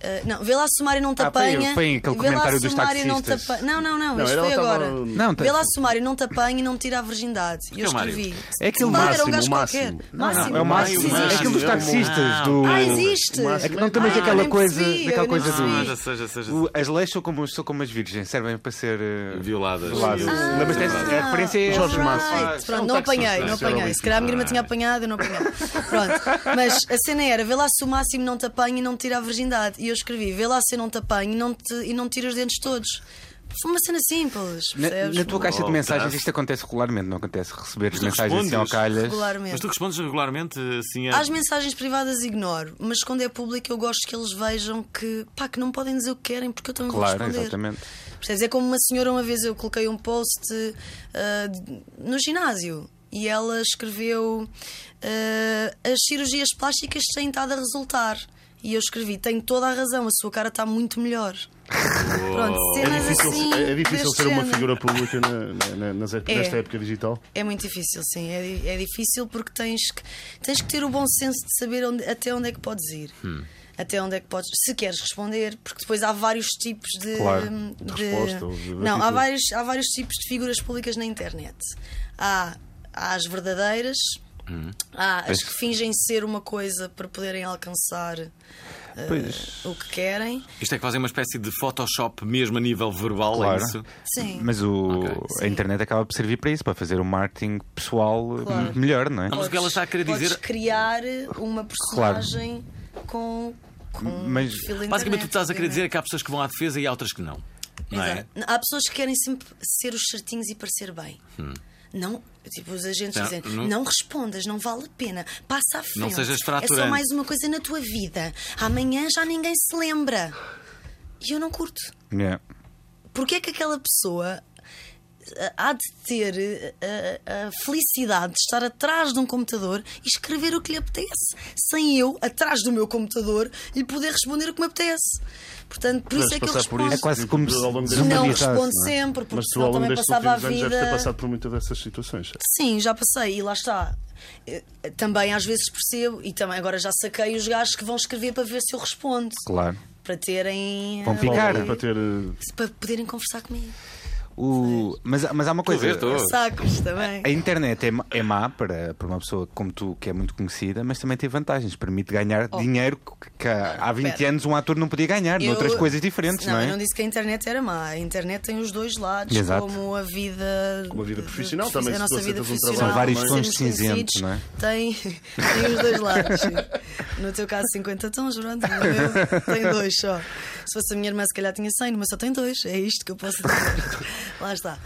E: Ah, não, vê lá sumário não te
B: Ah, foi-
E: apanha.
B: foi aquele
E: vê lá
B: comentário dos
E: sumário não te
B: taxistas.
E: apanha. Não, não, não, isto
C: era-
E: foi
C: ela tava-
E: agora.
C: Não,
E: Vê lá sumário não te apanha e não te tira a virgindade. Eu
A: é o Mário?
E: escrevi.
F: É aquele
E: Claro,
F: máximo,
E: era um gajo
C: o máximo.
E: qualquer.
F: Não, não,
E: Máximo.
B: é o máximo,
E: Isso
B: é
E: existe.
B: aquilo
C: dos
B: taxistas,
A: do-
E: Ah, existe.
C: É que
F: não, também
E: Ah,
F: tem aquela
E: nem
F: coisa-
E: percebi,
F: daquela
E: eu
F: coisa
E: nem
F: do-
E: percebi.
F: Ah,
A: Seja, seja, seja.
B: O- as leis são como, são como as virgens, servem para ser eh,
A: Violadas.
B: violadas.
E: Ah,
B: Lembras-te? A a referência é
C: Jorge
E: Right.
C: Manso.
E: Pronto,
B: Um
E: não
B: taxista,
E: apanhei, não
B: isso era
E: apanhei.
B: horrível.
E: Se calhar a minha irmã tinha apanhado, eu não apanhei. Pronto, mas a cena era: vê lá se o máximo não te apanha e não te tira a virgindade. E eu escrevi: vê lá se eu não te apanho e não te, e não te tira os dentes todos. Foi uma cena simples,
B: Na,
E: percebes?
B: na tua caixa de
A: Oh,
B: mensagens
A: tá.
B: isto acontece regularmente, não acontece? Receberes
A: tu
B: mensagens assim ao
A: respondes?
B: calhas.
E: Regularmente.
A: Mas tu respondes regularmente assim a.
E: As mensagens privadas ignoro, mas quando é público eu gosto que eles vejam que, pá, que não podem dizer o que querem porque eu também vou
B: Claro,
E: responder.
B: exatamente.
E: Percebes? É como uma senhora uma vez eu coloquei um post ah, de- no ginásio e ela escreveu ah, as cirurgias plásticas têm estado a resultar. E eu escrevi, tenho toda a razão, a sua cara está
C: <laughs>
E: muito melhor. Pronto, cenas assim.
C: É difícil
E: deste
C: ser uma
E: género.
C: figura pública na- na- na- nas- é, nesta época digital.
E: É muito difícil, sim. É, di- é difícil porque tens que, tens que ter o bom senso de saber onde- até onde é que podes ir.
A: Hum.
E: Até onde é que podes, se queres responder, porque depois há vários tipos de.
C: Claro,
E: de-
C: de resposta ou de- de
E: não, há
C: atitude.
E: vários, há vários tipos de figuras públicas na internet. Há, há as verdadeiras,
A: Hum.
E: há as que fingem ser uma coisa para poderem alcançar eh, o que querem.
A: Isto é que fazem uma espécie de Photoshop mesmo a nível verbal,
B: Claro.
A: é isso?
E: Sim.
B: Mas o,
E: Sim.
B: a internet acaba por servir para isso, para fazer um marketing pessoal eh,
E: Claro.
B: melhor, não é?
A: Não, Ah, mas o que ela está a querer
E: Podes
A: dizer.
E: criar uma personagem com, com
B: Mas-
E: um perfil da
A: Basicamente,
E: internet,
A: tu estás a querer dizer
E: obviamente.
A: é que há pessoas que vão à defesa e há outras que não. Não é?
E: Exato. Há pessoas que querem sempre ser os certinhos e parecer bem. Não, tipo, os agentes
A: Hum. Não,
E: dizem,
A: não-
E: não... respondas, não vale a pena, passa à frente.
A: Não sejas
E: É só
A: fraturante."
E: mais uma coisa na tua vida. Amanhã já ninguém se lembra. E eu não curto.
B: Yeah.
E: Porque é que aquela pessoa ah, há de ter eh, a, a felicidade de estar atrás de um computador e escrever o que lhe apetece, sem eu, atrás do meu computador, lhe poder responder o que me apetece. Portanto, por isso é que eu
C: Puderes passar por
E: respondo.
B: É quase
C: Tipo,
B: como
C: ao
B: se
C: longo deste-
E: Não
B: desumanizasse,
E: respondo
B: não é?
E: sempre, porque
C: Mas tu, ao
E: senão
C: longo
E: também
C: destes
E: passava a
C: últimos anos,
E: vida.
C: deves ter passado por muitas dessas situações. certo?
E: Sim, já passei e lá está. Eh, Também às vezes percebo, e também agora já saquei os gajos que vão escrever para ver se eu respondo.
B: Claro.
E: Para terem.
B: Vão
E: eh,
B: picar.
C: Para ter. eh,
E: Para poderem conversar comigo.
B: O, mas, mas há uma
A: Estou a
B: coisa.
A: ver, estou a ver.
E: Sacos também.
B: A internet é, ma- é má para, para uma pessoa como tu, que é muito conhecida, mas também tem vantagens. Permite ganhar dinheiro que, que há há 20
E: Oh. espera.
B: anos um ator não podia ganhar,
E: Eu-
B: noutras coisas diferentes, não,
E: eu
B: é?
E: não disse que a internet era má. A internet tem os dois lados,
B: Exato.
E: como a vida.
C: Como a vida
E: de-
C: profissional
E: de-
C: também,
E: A
C: se
E: nossa
C: tu
E: vida
C: aceitas um
E: profissional.
C: trabalho São
B: vários
E: sermos
B: tons cinzentos,
E: conhecidos,
B: não é?
E: Tem, <laughs> tem os dois lados. No teu caso, 50 tons, pronto. No meu, tem dois só. Se fosse a minha irmã, se calhar tinha 100, mas só tem dois. É isto que eu posso
B: <laughs>
E: dizer. Lá está.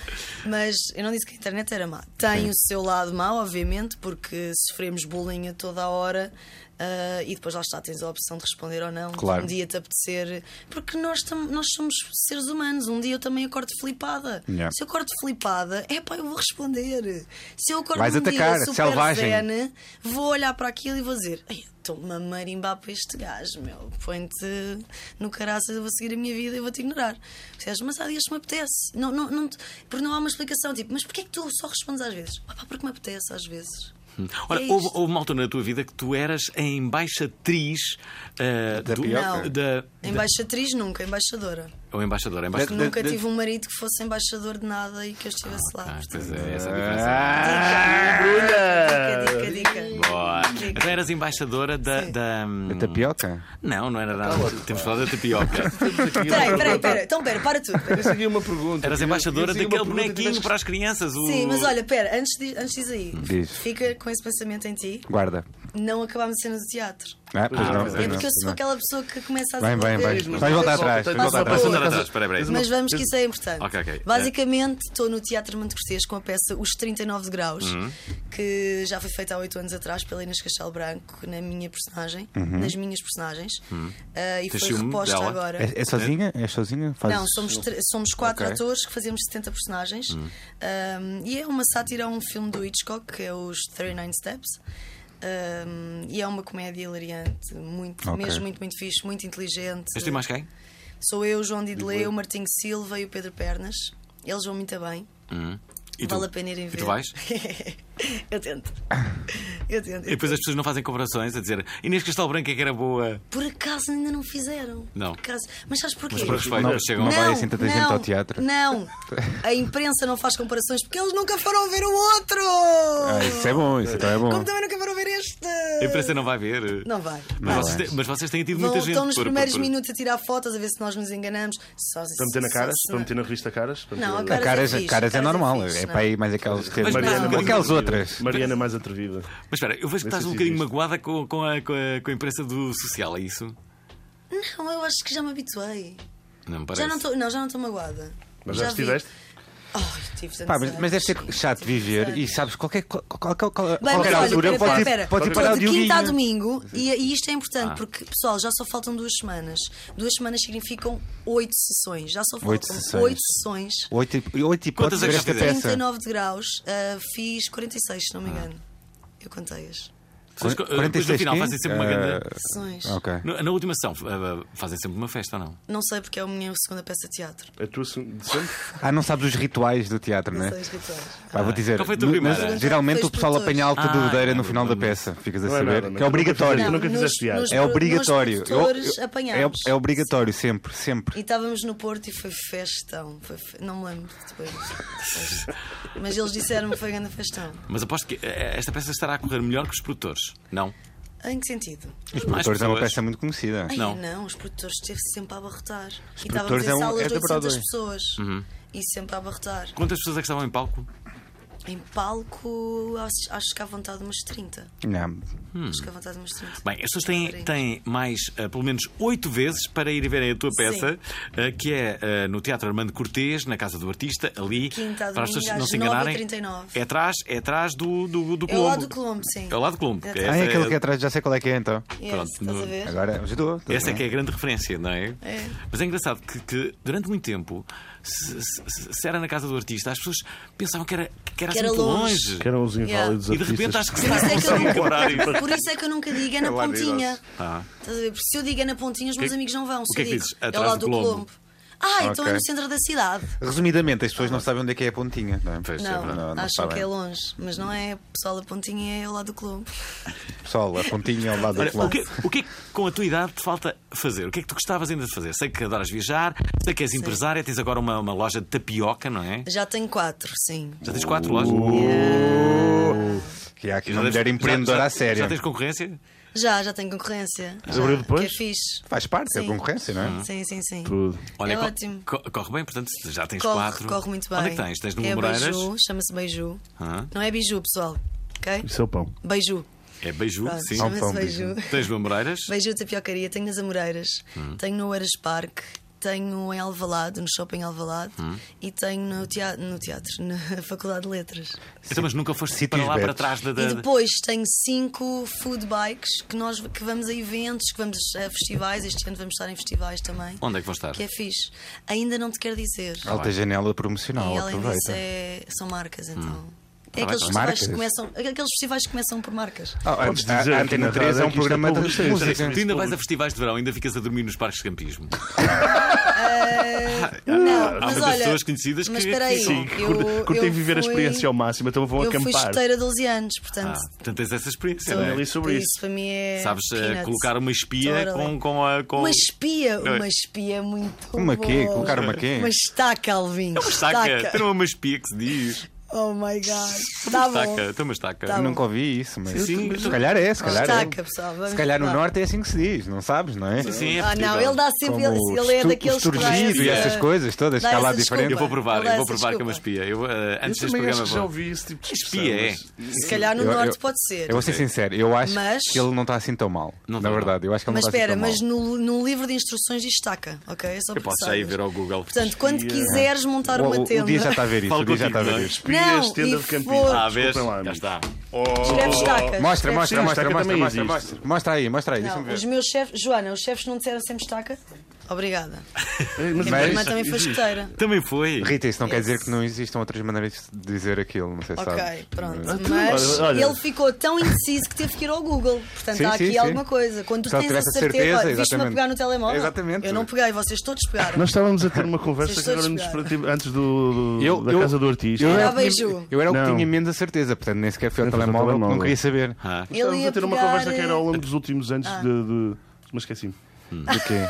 E: Mas eu não disse que a internet era má. Tem o seu lado mau, obviamente, porque sofremos bullying a toda a hora. ah, e depois lá está, tens a opção de responder ou não.
B: Claro.
E: Um dia ia te apetecer. Porque nós, tam- nós somos seres humanos. Um dia eu também acordo flipada.
B: Yeah.
E: Se eu acordo flipada, é pá, eu vou responder. Se eu acordo
B: Vais
E: um
B: atacar,
E: dia super
B: selvagem.
E: zen, vou olhar para aquilo e vou dizer: "Ei, estou-me a marimbar para este gajo, meu. Põe-te no caraças, eu vou seguir a minha vida e vou te ignorar. Percebes? Mas há dias que me apetece. Não, não, não, te- porque não há uma explicação. Tipo, mas porquê é que tu só respondes às vezes? Ah, pá, porque me apetece às vezes.
B: Hum.
A: Ora,
E: É isto.
A: houve, houve uma altura na tua vida que tu eras a embaixatriz ah, do-
B: Tapioca?
E: Não.
A: da,
E: Embaixatriz nunca, embaixadora.
A: ou embaixadora.
E: Porque
A: embaixadora.
E: nunca tive um marido que fosse embaixador de nada e que eu estivesse lá.
A: Ah,
E: portanto.
A: pois é, essa é a diferença.
E: Ah.
B: Ah,
E: Dica, dica, dica.
A: Boa.
E: Dica.
A: Então eras embaixadora da. da-
B: A tapioca?
A: Não, não era nada. Temos falado da tapioca.
E: Peraí, peraí, peraí. Então, pera, para tudo. pera.
C: Eu segui uma pergunta.
A: Eras embaixadora
C: Eu segui uma
A: daquele
C: pergunta e
A: bonequinho
C: tiveste
A: para as crianças. o-
E: Sim, mas olha, pera, antes, de, antes disso aí,
B: Diz.
E: fica com esse pensamento em ti.
B: Guarda.
E: Não acabámos a cena do teatro.
B: Ah, pois não, pois
E: É
B: não,
E: porque eu
B: pois
E: sou
B: não.
E: aquela pessoa que começa a
B: Bem, bem,
E: desenvolver-
B: bem. Vais
E: é
B: voltar atrás. Vais voltar atrás.
A: Vais
E: Boa.
A: andar atrás, espera, espera aí.
E: Mas vamos que isso é importante.
A: Ok, ok.
E: Basicamente, estou no Teatro Montecostês com a peça Os 39 Graus,
A: Uhum.
E: que já foi feita há 8 anos atrás pela Inês Castelo Branco, na minha personagem, nas minhas personagens, Ah,
A: Tens
E: e foi
A: Uhum. ciúme
E: reposta
A: dela?
E: agora.
B: É, é sozinha? É sozinha? Fazes-
E: Não, somos, tre- somos quatro
B: Ok.
E: atores que fazemos 70 personagens.
A: Uhum.
E: Um, e é uma sátira a um filme do Hitchcock, que é os 39 Steps. Um, e é uma comédia hilariante, muito,
B: Ok.
E: mesmo muito, muito fixe, muito inteligente.
A: Mas tem mais quem?
E: Sou eu, João Didleu, o Martinho Silva e o Pedro Pernas. Eles vão muito bem.
A: E tu?
E: vale a pena irem ver.
A: E tu vais?
E: <laughs> Eu tento. Eu tento.
A: E depois as pessoas não fazem comparações a dizer Inês Castelo Branco é que era boa.
E: Por acaso ainda não fizeram.
A: Não.
E: Por acaso. Mas sabes porquê?
A: Mas por respeito,
B: Não,
A: mas chegam
B: não
A: lá.
B: vai assim tanta gente ao teatro. <laughs>
E: Não. A imprensa não faz comparações porque eles nunca foram ver o outro.
B: Ah, isso é bom, isso então é
E: Como
B: bom.
E: também nunca foram ver este.
A: A imprensa não vai ver.
E: Não vai.
A: Mas,
B: Não
A: vocês
B: vai.
A: têm, mas vocês têm tido
E: Vão,
A: muita gente.
E: estão nos
A: por- por-
E: primeiros
A: por-
E: minutos a tirar fotos, a ver se nós nos enganamos. Só,
C: Para meter na
E: só-
C: caras?
E: se
C: Para
E: não-
C: meter na revista caras? Para meter
E: Não,
C: na-
E: a cara-
B: Caras,
E: é fixe,
B: caras é
E: caras é
B: normal,
E: fixe,
B: é
E: não.
B: para aí mais aquelas que
A: Mas
C: Mariana
E: não.
C: mais
B: Aquelas
C: atrevida.
B: outras.
C: Mariana mais atrevida.
A: Mas espera, eu vejo que
C: Nesse
A: estás um bocadinho
C: registro.
A: magoada com, com, a, com, a, com a imprensa do social, é isso?
E: Não, eu acho que já me habituei.
A: Não me parece.
E: Já não tô, não, já não estou magoada.
C: Mas já
E: vi-
C: estiveste?
E: Ai, tive tanto
B: Pá, mas, mas deve
E: sorte.
B: ser chato viver e sabes, qualquer, qual, qual, qual, qual,
E: Bem, mas
B: qualquer
E: olha,
B: altura
E: pera,
B: pode
E: pera, pera.
B: ir, pode um ir parar o
E: de quinta a
B: Dioguinho.
E: domingo e, e isto é importante
C: Ah.
E: porque, pessoal, já só faltam duas semanas. Duas semanas significam oito sessões. Já só faltam
B: Oito
E: oito
B: sessões.
E: sessões.
B: Oito e- oito Ah.
A: Quantas
B: hipóteses
A: é que
B: para
A: já
B: esta
A: fizeste?
B: peça.
E: 39 de graus, ah, fiz 46, se não me engano. Eu contei-as.
A: Vocês,
B: Qu-
A: eh, depois no final
B: quê?
A: fazem sempre uma
B: Eh,
A: grande.
E: Sessões.
B: Ok.
A: Na, na última sessão, eh, fazem sempre uma festa, não?
E: Não sei porque é a minha segunda peça de teatro.
C: A tua se- de sempre?
B: Ah, não sabes os rituais do teatro, não
E: Não sei
B: é?
E: os rituais.
B: Pá, vou dizer,
A: Qual foi a tua
B: no-
A: primeira?
B: mas geralmente
E: Foi
B: o pessoal
E: produtores.
B: apanha a alta
A: Ah,
B: dudadeira
A: é,
B: no final da
A: produtores.
B: peça, ficas a
C: Não é
B: saber,
C: nada, mas
B: que é
C: eu nunca
B: obrigatório.
C: fiz- nunca fizeste teatro.
E: nos-
B: É obrigatório.
E: Nós
B: Eu- eu-
E: produtores apanhámos.
B: é, é obrigatório, sempre, sempre.
E: E estávamos no Porto e foi festão. Foi fe- Não me lembro depois. Mas- Mas eles disseram que foi grande festão.
A: Mas aposto que eh, esta peça estará a correr melhor que os produtores, não?
E: Em que sentido?
A: Os
B: Produtores é uma peça muito conhecida.
E: Ai,
A: Não.
E: não. os produtores esteve sempre a abarrotar. e
B: produtores
E: estávamos em
B: é um-
E: salas
B: é
E: de
B: da
E: 800
B: Broadway.
E: pessoas.
A: Uhum.
E: E sempre a abarrotar.
A: Quantas pessoas é que estavam em palco?
E: Em palco, acho, acho que à vontade umas 30.
B: Não.
E: Acho que à vontade umas 30.
A: Hum. Bem, as pessoas têm,
E: Sim.
A: têm mais, eh, pelo menos oito vezes para ir verem a tua peça, eh, que é eh, no Teatro Armando Cortês, na Casa do Artista, ali.
E: Quinta a
A: para as pessoas
E: domingo,
A: não
E: às
A: se enganarem.
E: 9h39.
A: É atrás, é atrás do, do, do
E: É lá
A: Colombo.
E: do Colombo, sim.
A: É lá do Colombo.
E: É
A: que
E: atrás.
B: Ah,
A: essa
B: é aquele que é atrás, já sei qual é que é então.
E: Yes,
A: Pronto,
E: estás
A: no-
E: a ver?
B: Agora ajudou. tudo
A: Essa é
B: Tá bem.
A: que é a grande referência, não é?
E: É.
A: Mas é engraçado que, que durante muito tempo, se, se- se era na casa do artista, as pessoas pensavam que era, que era,
E: Que
A: assim
E: era
A: muito
E: longe.
A: longe.
C: Que eram os inválidos
A: E de repente
C: artistas.
A: acho que se
E: Por isso, é que eu
A: conseguem quebrar isso.
E: nunca, por isso é que eu nunca digo é na
B: lá de
E: pontinha.
B: idosos.
A: Ah.
E: Estás a ver? Porque se eu digo é na pontinha, os meus
A: que-
E: amigos não vão. Se
A: o que é
E: eu
A: que
E: digo
A: dizes?
E: é
A: Atrás
E: lá
A: do
E: do
A: Colombo.
E: Colombo. Ah, então é
B: Ok.
E: no centro da cidade.
B: Resumidamente, as pessoas não sabem onde é que é a pontinha. Não, é?
A: Pois, é
E: Não,
A: verdade.
B: não
E: acham
B: sabem.
E: que é longe, mas não é. Pessoal, a pontinha é ao lado do Colombo.
B: Pessoal, a pontinha ao lado
A: Olha,
B: do
A: o,
B: clube.
A: que, o que é que com a tua idade te falta fazer? O que é que tu gostavas ainda de fazer? Sei que adoras viajar, sei que és empresária, tens agora uma, uma loja de tapioca, não é?
E: Já tenho quatro, sim.
A: Já tens quatro lojas.
B: Que há aqui
A: Já
B: uma
A: deves-
B: Uh, mulher
A: já-
B: empreendedora
A: já-
B: a sério.
A: Já tens concorrência?
E: Já, já tenho concorrência. Já,
C: abriu depois?
E: Que é fixe.
B: Faz parte, é
E: Sim.
B: concorrência, não é?
E: Sim, sim, sim.
C: Tudo.
E: É
A: co-
E: ótimo.
A: co- corre bem, portanto, já tens
E: Corre,
A: quatro.
E: corre muito bem.
A: Onde é que tens? Tens no
E: é
A: Moreiras?
E: Beiju, chama-se Beiju.
A: Ah,
E: Não é biju, pessoal. Ok?
C: Isso é o pão.
E: Beiju.
A: é Beiju,
E: Pronto,
A: sim.
B: Há um pão,
E: chama-se Beiju.
A: Tens no Moreiras?
E: Vejo a tapiocaria, tenho nas Amoreiras,
A: Hum.
E: tenho no Oeiras Parque, tenho em Alvalade, no Shopping Alvalade,
A: Hum.
E: e tenho no, tea no teatro, na <laughs> Faculdade de Letras.
A: Então, mas nunca foste
B: Sítios
A: para lá para
B: betos.
A: trás da. da-
E: E depois tenho cinco food bikes que nós que vamos a eventos, que vamos a festivais, este ano vamos estar em festivais também,
A: Onde é que vão estar? Ah,
E: que é fixe. Ainda não te quero dizer.
B: Alta janela
E: e
B: promocional,
E: além disso
B: aproveita.
E: é- são
A: Hum.
E: marcas, então. É
A: Tá bem,
E: aqueles
A: tá bem.
E: festivais, que
B: Marcas?
E: começam, aqueles festivais que começam por marcas.
B: Ah, a-
C: Podes
B: a-
C: dizer
B: a
C: aqui na
B: Antena 3 é
C: rádio
B: um
C: que isto
B: programa
C: é
B: de
C: publicidade.
B: música.
A: Tu ainda vais a festivais de verão, ainda ficas a dormir nos parques de campismo.
E: Não,
A: Ah, Há muitas pessoas conhecidas
E: mas
A: que-
E: espera aí,
A: Sim,
E: eu,
C: Curtem
E: eu
C: viver a
E: fui-
C: experiência ao máximo, então vão
E: Eu fui
C: acampar.
E: chuteira 12 anos, portanto.
A: Ah, portanto, tens essa experiência,
E: tô-
A: não é?
C: ali sobre
E: por
C: isso.
E: para mim é.
A: Sabes eh,
E: peanuts.
A: colocar uma espia
E: Totally.
A: com, com a. Com...
E: Uma espia,
A: Não é?
E: uma espia muito.
B: Uma
E: boa.
B: quê? Colocar uma quê?
E: Uma estaca, Alvin.
A: É Uma estaca, tem uma espia que se diz.
E: Oh my god. Está bom.
A: Estaca, tem uma estaca.
E: Tá bom.
B: Nunca ouvi isso, mas
A: Sim, sim.
B: se calhar é, se calhar
E: Destaca,
B: é.
E: pessoal, vamos
B: se calhar no
E: lá.
B: norte é assim que se diz, não sabes, não é?
A: Sim, é
E: Ah, não,
A: possível.
E: ele dá sempre. Ele,
B: Como
E: ele é
B: estu-
E: daqueles que. dá
B: esturgido e
E: essa-
B: essas coisas todas,
E: dá
B: que há
E: essa
B: lá diferente.
A: Eu vou
E: desculpa.
A: provar,
E: Ele dá
A: eu vou
E: essa
A: provar que é uma
E: desculpa.
A: espia. Eu, eh, antes
C: Eu
A: deste
C: também acho
A: programa
C: que já
A: vou.
C: ouvi esse tipo de
A: Espia é.
C: expressão, mas-
E: Se calhar no
B: Eu- eu-
E: norte pode ser.
B: Eu vou ser sincero, eu acho
E: Mas-
B: que ele não está assim tão mal.
A: Não
B: na
A: tá
B: verdade, eu acho que ele
E: Mas
B: não está
E: espera,
B: assim tão
E: mas
B: mal.
E: no, no livro de instruções diz estaca, ok? É só
A: Eu
E: para
A: posso
E: que
A: já ir
E: saibas.
A: ver ao eh, Google.
E: Portanto, quando quiseres montar
B: O-
E: uma
B: o- o,
E: tenda.
B: dia já está a ver isso,
A: Fala
B: o dia já
A: contigo,
B: está a
A: não
B: ver
A: é?
B: isso.
C: Espias,
E: Não,
C: tenda
E: e
C: de campismo.
E: for-
A: Ah, vês?
C: Desculpem lá,
A: Já
C: amigos.
A: está.
E: Escreve estaca.
B: Oh, Mostra,
E: escreve
B: mostra, mostra,
C: Sim, destaca
B: mostra,
C: também
B: mostra,
C: existe.
B: mostra. Mostra aí, mostra aí,
E: Não,
B: deixa-me
E: os
B: ver.
E: meus chefes, Joana, os chefes não disseram sempre estaca? Obrigada.
C: Mas,
E: Minha irmã também foi escuteira.
A: Também foi.
B: Rita, isso não quer dizer
E: Esse.
B: que não existam outras maneiras de dizer aquilo, não sei se
E: Ok,
B: sabes.
E: pronto.
B: Mas-
E: Mas
C: Olha, olha.
E: ele ficou tão indeciso que teve que ir ao Google. Portanto,
B: Sim,
E: há
B: sim,
E: aqui
B: sim.
E: alguma coisa. Quando tu
B: Se ela
E: tens a
B: tivesse a
E: certeza,
B: certeza,
E: olha, viste-me a
B: exatamente.
E: pegar no telemóvel.
B: Exatamente.
E: Eu não peguei, vocês todos pegaram.
C: Nós estávamos a ter uma conversa
E: Vocês
C: que agora
E: todos
C: nos
E: pegaram.
C: partiu- antes do, do-
B: Eu-
C: da
B: eu-
C: casa do artista.
E: era
B: era
E: a
B: o que
E: beijo.
B: tinha- eu era o que
C: Não.
B: tinha menos a certeza, portanto nem sequer fui ao
C: Nem foste ao
B: telemóvel,
C: telemóvel.
B: não queria saber.
A: Ah.
E: Ele
C: Estávamos
E: ia
C: a ter uma
E: pegar,
C: conversa que era ao
E: eh,
C: longo dos últimos anos de. de... Mas esqueci-me.
B: Do <laughs> quê?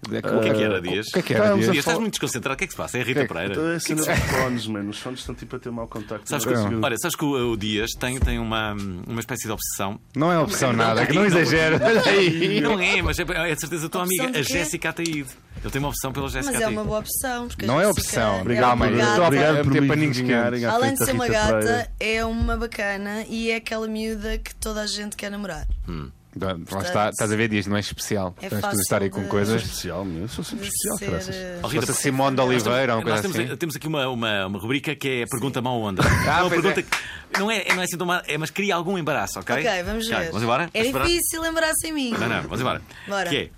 A: O que é que era, Dias?
B: O que é que era?
C: Estávamos
B: Dias?
C: a
A: Dias, estás muito desconcentrado. O que é que se passa? É a Rita
B: Que-
A: Pereira.
C: Toda Então, a cena
E: é.
C: dos fones, mano. Os fones estão tipo a ter mau contacto.
A: Sabes que,
C: Não consigo-
A: olha, sabes que o, o Dias tem, tem uma, uma espécie de obsessão.
B: Não é opção nada, que não
A: não-
B: exagera. Olha aí.
A: Não é, mas é, é de certeza a tua
E: Obsessão
A: amiga,
E: de
A: a
E: quê?
A: Jéssica Ataíde. Ele tem uma obsessão pela Jéssica
E: Mas é
A: Ataíde.
E: uma boa opção. porque a
B: Não é
E: Jéssica
B: opção.
E: é
B: Obrigado,
E: uma
B: Maria.
E: gata.
B: Estou a falar-
C: Obrigado por
B: Meter
C: me
B: paninhos
C: desenharem à
E: Além
C: frente
E: de ser
C: da
E: uma
C: Rita
E: gata,
C: Pereira.
E: é uma bacana e é aquela miúda que toda a gente quer namorar.
B: Lá está, estás a ver, Dias, não é especial.
E: É
B: Tens de
E: fácil
B: estar aí com
E: de-
C: Sou
B: coisas.
C: especial, meu. Eu sou sempre
E: De
C: especial,
E: ser,
C: graças.
E: eh,
A: Oh,
B: Se assim.
A: Rita,
B: fosse Simone de Oliveira ou
A: Nós
B: uma coisa
A: temos, eh,
B: assim.
A: temos aqui uma, uma, uma rubrica que é a pergunta mal onda.
B: Ah,
A: é uma
B: pois
A: pergunta que não é, não é assim tão má, é, mas cria algum embaraço, ok?
E: Ok, vamos ver.
A: Ok, Vamos embora?
E: É
A: Vamos esperar?
E: difícil lembrar sem mim.
A: Não, não, vamos embora.
E: Bora.
A: Que é,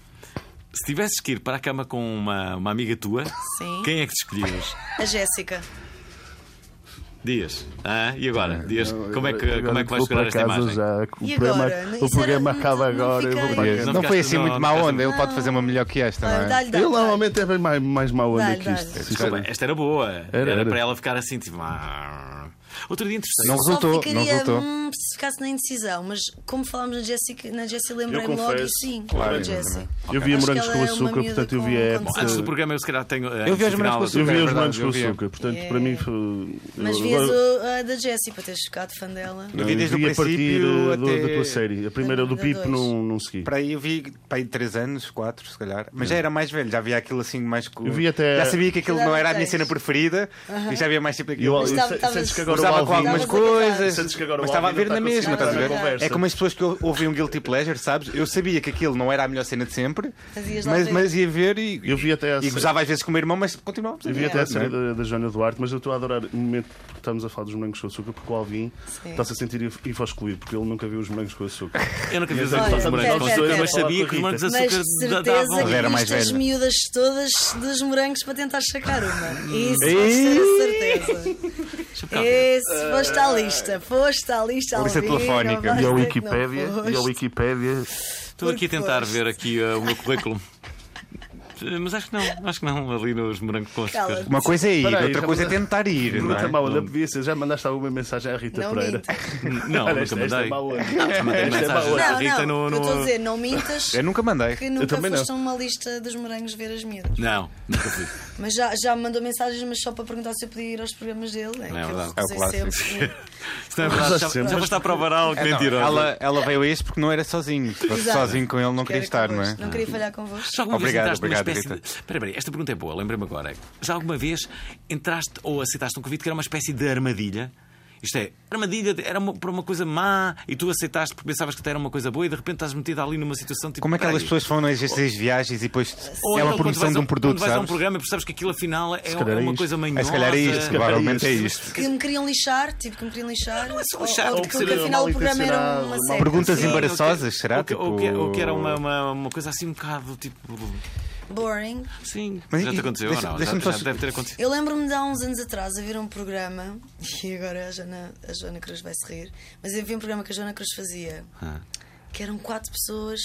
A: se tivesses que ir para a cama com uma, uma amiga tua,
E: Sim.
A: quem é que te escolhias?
E: A Jéssica.
A: Dias. Ah, e agora? Dias,
C: Não,
A: como é que,
C: agora
A: como é que vais
C: vou
A: segurar
C: para
A: esta
C: casa
A: imagem?
C: já, que
E: E
C: o programa,
E: agora? Isso
C: o programa
E: era- não-
C: acaba
E: não
C: agora. Eu vou
E: fiquei-
C: para
B: Dias,
A: Não
B: Não foi
A: ficaste-
B: assim
A: não-
B: muito
A: não
B: má
A: ficaste-
B: onda, ele pode fazer uma melhor que esta,
E: Olha,
B: não é?
E: Dá-lhe, dá-lhe.
C: Ele
E: dá-lhe.
C: normalmente é bem mais, mais mau onda
E: Dá-lhe,
C: que isto.
E: dá-lhe.
A: Desculpa,
C: sinceramente.
A: esta era boa. Era,
C: era.
A: para ela ficar assim, tipo. "Ah". Outro dia interessante.
B: Não resultou,
E: Só
B: não
E: ficaria,
B: resultou.
E: Hum, se ficasse na indecisão, mas como falámos na Jéssica, na Jéssica lembrei-me logo
C: confesso,
E: e sim,
C: claro,
E: a
B: é?
E: Jéssica.
C: Eu via
E: Acho
C: morangos
E: que
C: com
E: ela é uma
C: açúcar,
E: miúda
C: portanto eu
E: com-
C: via
E: com
C: época.
A: Antes do programa, eu se calhar tenho. eh,
B: Eu vi as
A: afinal,
B: mãos com
C: Eu
B: açúcar.
C: via
B: É
C: os morangos
B: verdade,
C: com
B: eu via.
C: açúcar, portanto
E: É.
C: para mim foi.
E: Mas
C: eu-
E: vias
C: agora-
E: o- a da Jéssica para teres ficado fã dela.
B: Eu
C: Não,
B: vi
C: eu
B: desde o
C: vi a partir
B: princípio
C: do- do-
B: até-
C: da tua série. A primeira do
E: Da
C: Pipo
E: dois.
C: não, não segui.
B: Para aí eu vi para aí 3 anos, 4 se calhar, mas já era mais velho, já via aquilo assim mais co-
C: Eu vi até-
B: Já sabia que aquilo
E: Cuidado
B: não era a minha
E: tens.
B: cena preferida e já havia mais tipo
C: E
B: aquilo.
C: eu-
E: Mas
C: eu-
E: estava-
C: se-
E: estava-
C: sentes que agora o
B: Gostava com
C: Alvin-
B: algumas
E: Estavas a cantar.
B: coisas,
C: Sentes que agora o
B: mas estava a
C: Alvin
B: ver
C: não
B: na
C: está
B: mesma,
C: conseguindo
B: estás a ver?
E: entrar na
B: É como as pessoas que ou- ouvem um Guilty Pleasure, sabes? Eu sabia que aquilo não era a melhor cena de sempre,
E: Mas ias lá
B: mas,
E: ver.
B: mas ia ver e,
C: Eu vi até a
B: e
C: se-
B: gozava às vezes com o meu irmão, mas continuávamos a
C: Eu vi
B: ver,
C: até a cena
B: não é?
C: da, da Joana Duarte, mas eu estou a adorar o momento que estamos a falar dos morangos com açúcar, porque o Alvin
E: Sim.
C: está-se a sentir infoscluído, porque ele nunca viu os morangos com açúcar.
E: <laughs>
A: Eu nunca vi os
C: Olha,
A: morangos com
E: pera, pera,
A: açúcar,
E: pera.
A: mas sabia que os morangos de
E: é Mas
A: açúcar
E: de
A: da-
E: certeza
A: davam.
B: Ela era mais
E: que viste as
B: velha.
E: miúdas todas dos morangos para tentar sacar uma. Isso
B: Ei!
E: foste a certeza. Isso foste à lista. Foste à lista ao
B: Polícia
E: vivo,
B: telefónica.
E: não vais
C: E a
E: dizer que não
C: Wikipédia, e a
E: foste.
C: Wikipédia.
A: Estou aqui a tentar
E: foste.
A: ver aqui uh, o meu currículo. Mas acho que não, acho que não, ali nos morangos com açúcar.
E: Cala-te.
B: Uma coisa é ir,
C: Espera aí,
B: outra
C: já
B: coisa é
C: manda-
B: tentar ir, não
C: Pergunta
B: é?
C: mal, onda podia ser. Já mandaste alguma mensagem à Rita
E: Não
C: Pereira? <laughs>
E: minta.
A: Não,
C: Olha,
A: nunca
C: esta- esta é
A: mandei.
C: má onda.
A: Mandei
C: Esta é má
A: mensagens
C: onda.
A: à
E: Não,
A: Rita
E: não,
A: no.
E: eu estou a
A: no-
E: dizer, não mintas
B: Eu nunca mandei.
E: que nunca
C: também não.
E: foste a uma lista dos morangos ver as miúdas.
A: Não, nunca fui.
E: Mas já, já me mandou mensagens, mas só para perguntar se eu podia ir aos programas dele. É,
A: é
E: que eu
A: verdade.
E: recusei
B: É o clássico.
E: sempre.
A: Se não é verdade, já, já foste à prova oral, que
B: É, não,
A: mentirosa.
B: ela, ela veio a este porque não era sozinho. Se fosse
E: Exato.
B: sozinho com ele, não queria
E: Quero
B: estar, não é?
E: convosco. Não queria falhar convosco.
A: Já alguma
B: Obrigado,
A: vez entraste
B: obrigado,
A: numa espécie
B: Rita.
A: de. Espera, espera, esta pergunta é boa, lembrei-me agora. Já alguma vez entraste ou aceitaste um convite que era uma espécie de armadilha? Isto é, armadilha era uma, para uma coisa má e tu aceitaste porque pensavas que até era uma coisa boa e de repente estás metida ali numa situação tipo.
B: Como é que aquelas
A: "Peraí".
B: pessoas vão nas estas viagens e depois
A: Ou
B: é
A: então,
B: uma
A: quando
B: promoção
A: vais
B: de
A: a-
B: um produto,
A: Quando vais a um
B: sabes?
A: programa e percebes que aquilo afinal é,
C: calhar é
A: uma
C: isto.
A: coisa manhosa.
B: É, se calhar é isto,
C: calhar é
B: provavelmente é
C: isto.
B: isto.
E: Que me queriam lixar, tipo, que me queriam lixar.
A: Não é só
E: Ou-
A: lixar, ou
E: ou que,
A: que
E: que
A: ser
E: afinal o
C: mal
E: programa era
C: intencionado,
E: uma assim.
C: mal-
E: seca.
B: Perguntas
E: Sim,
B: embaraçosas, será?
A: Ou que, ou que-
B: Tipo-
A: ou que era uma, uma, uma coisa assim um bocado tipo.
E: Boring.
A: Sim,
B: Mas
A: já
B: e-
A: te aconteceu
B: deixa-
A: ou não? Já,
B: deixa-me
A: já
B: só-
A: deve ter acontecido.
E: Eu lembro-me de há uns anos atrás haver um programa, <laughs> e agora a Joana, a Joana Cruz vai se rir, mas havia um programa que a Joana Cruz fazia,
A: Ah.
E: que eram quatro pessoas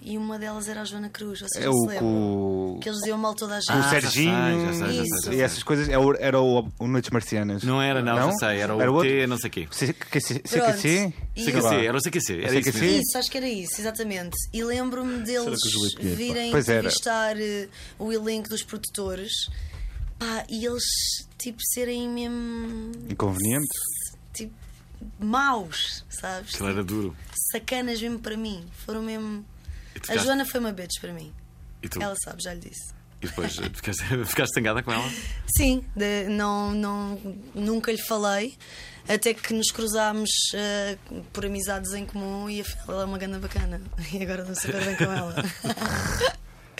E: e uma delas era a Joana Cruz, vocês
B: É
E: não
B: o
E: se
B: que
E: lembram?
B: o.
E: Que eles diziam mal toda a gente.
B: o
A: ah, já sei, já
B: Serginho
A: sei,
E: já sei, já
B: e
E: sei.
B: essas coisas. é o- Era o, o Noites Marcianas.
A: Não era, não, já sei, era o
B: outro?
A: T, não sei o quê.
B: C- que- C-
E: Pronto.
B: CQC?
E: E-
A: CQC,
B: Sei lá. É
A: era o CQC, era
B: Sei
A: isso
B: que
A: mesmo.
B: sim.
E: Isso, acho que era isso, exatamente. E lembro-me deles
C: que o Júlio Pinheiro, pá?
E: virem
B: Pois era.
E: entrevistar eh, o elenco dos produtores pá, e eles tipo serem mesmo
B: Inconveniente.
E: tipo, maus, sabes? Tipo,
A: Aquilo era duro.
E: Sacanas mesmo para mim. Foram mesmo.
A: E tu
E: A
A: ficaste-
E: Joana foi uma bitch para mim.
A: e tu?
E: Ela sabe, já lhe disse.
A: E
E: <laughs>
A: depois eh, ficaste, ficaste zangada com ela?
E: Sim, de- não, não, nunca lhe falei. Até que nos cruzámos eh, por amizades em comum e afinal ela é uma ganda bacana. <laughs> E agora dou super bem com
A: <laughs>
E: ela.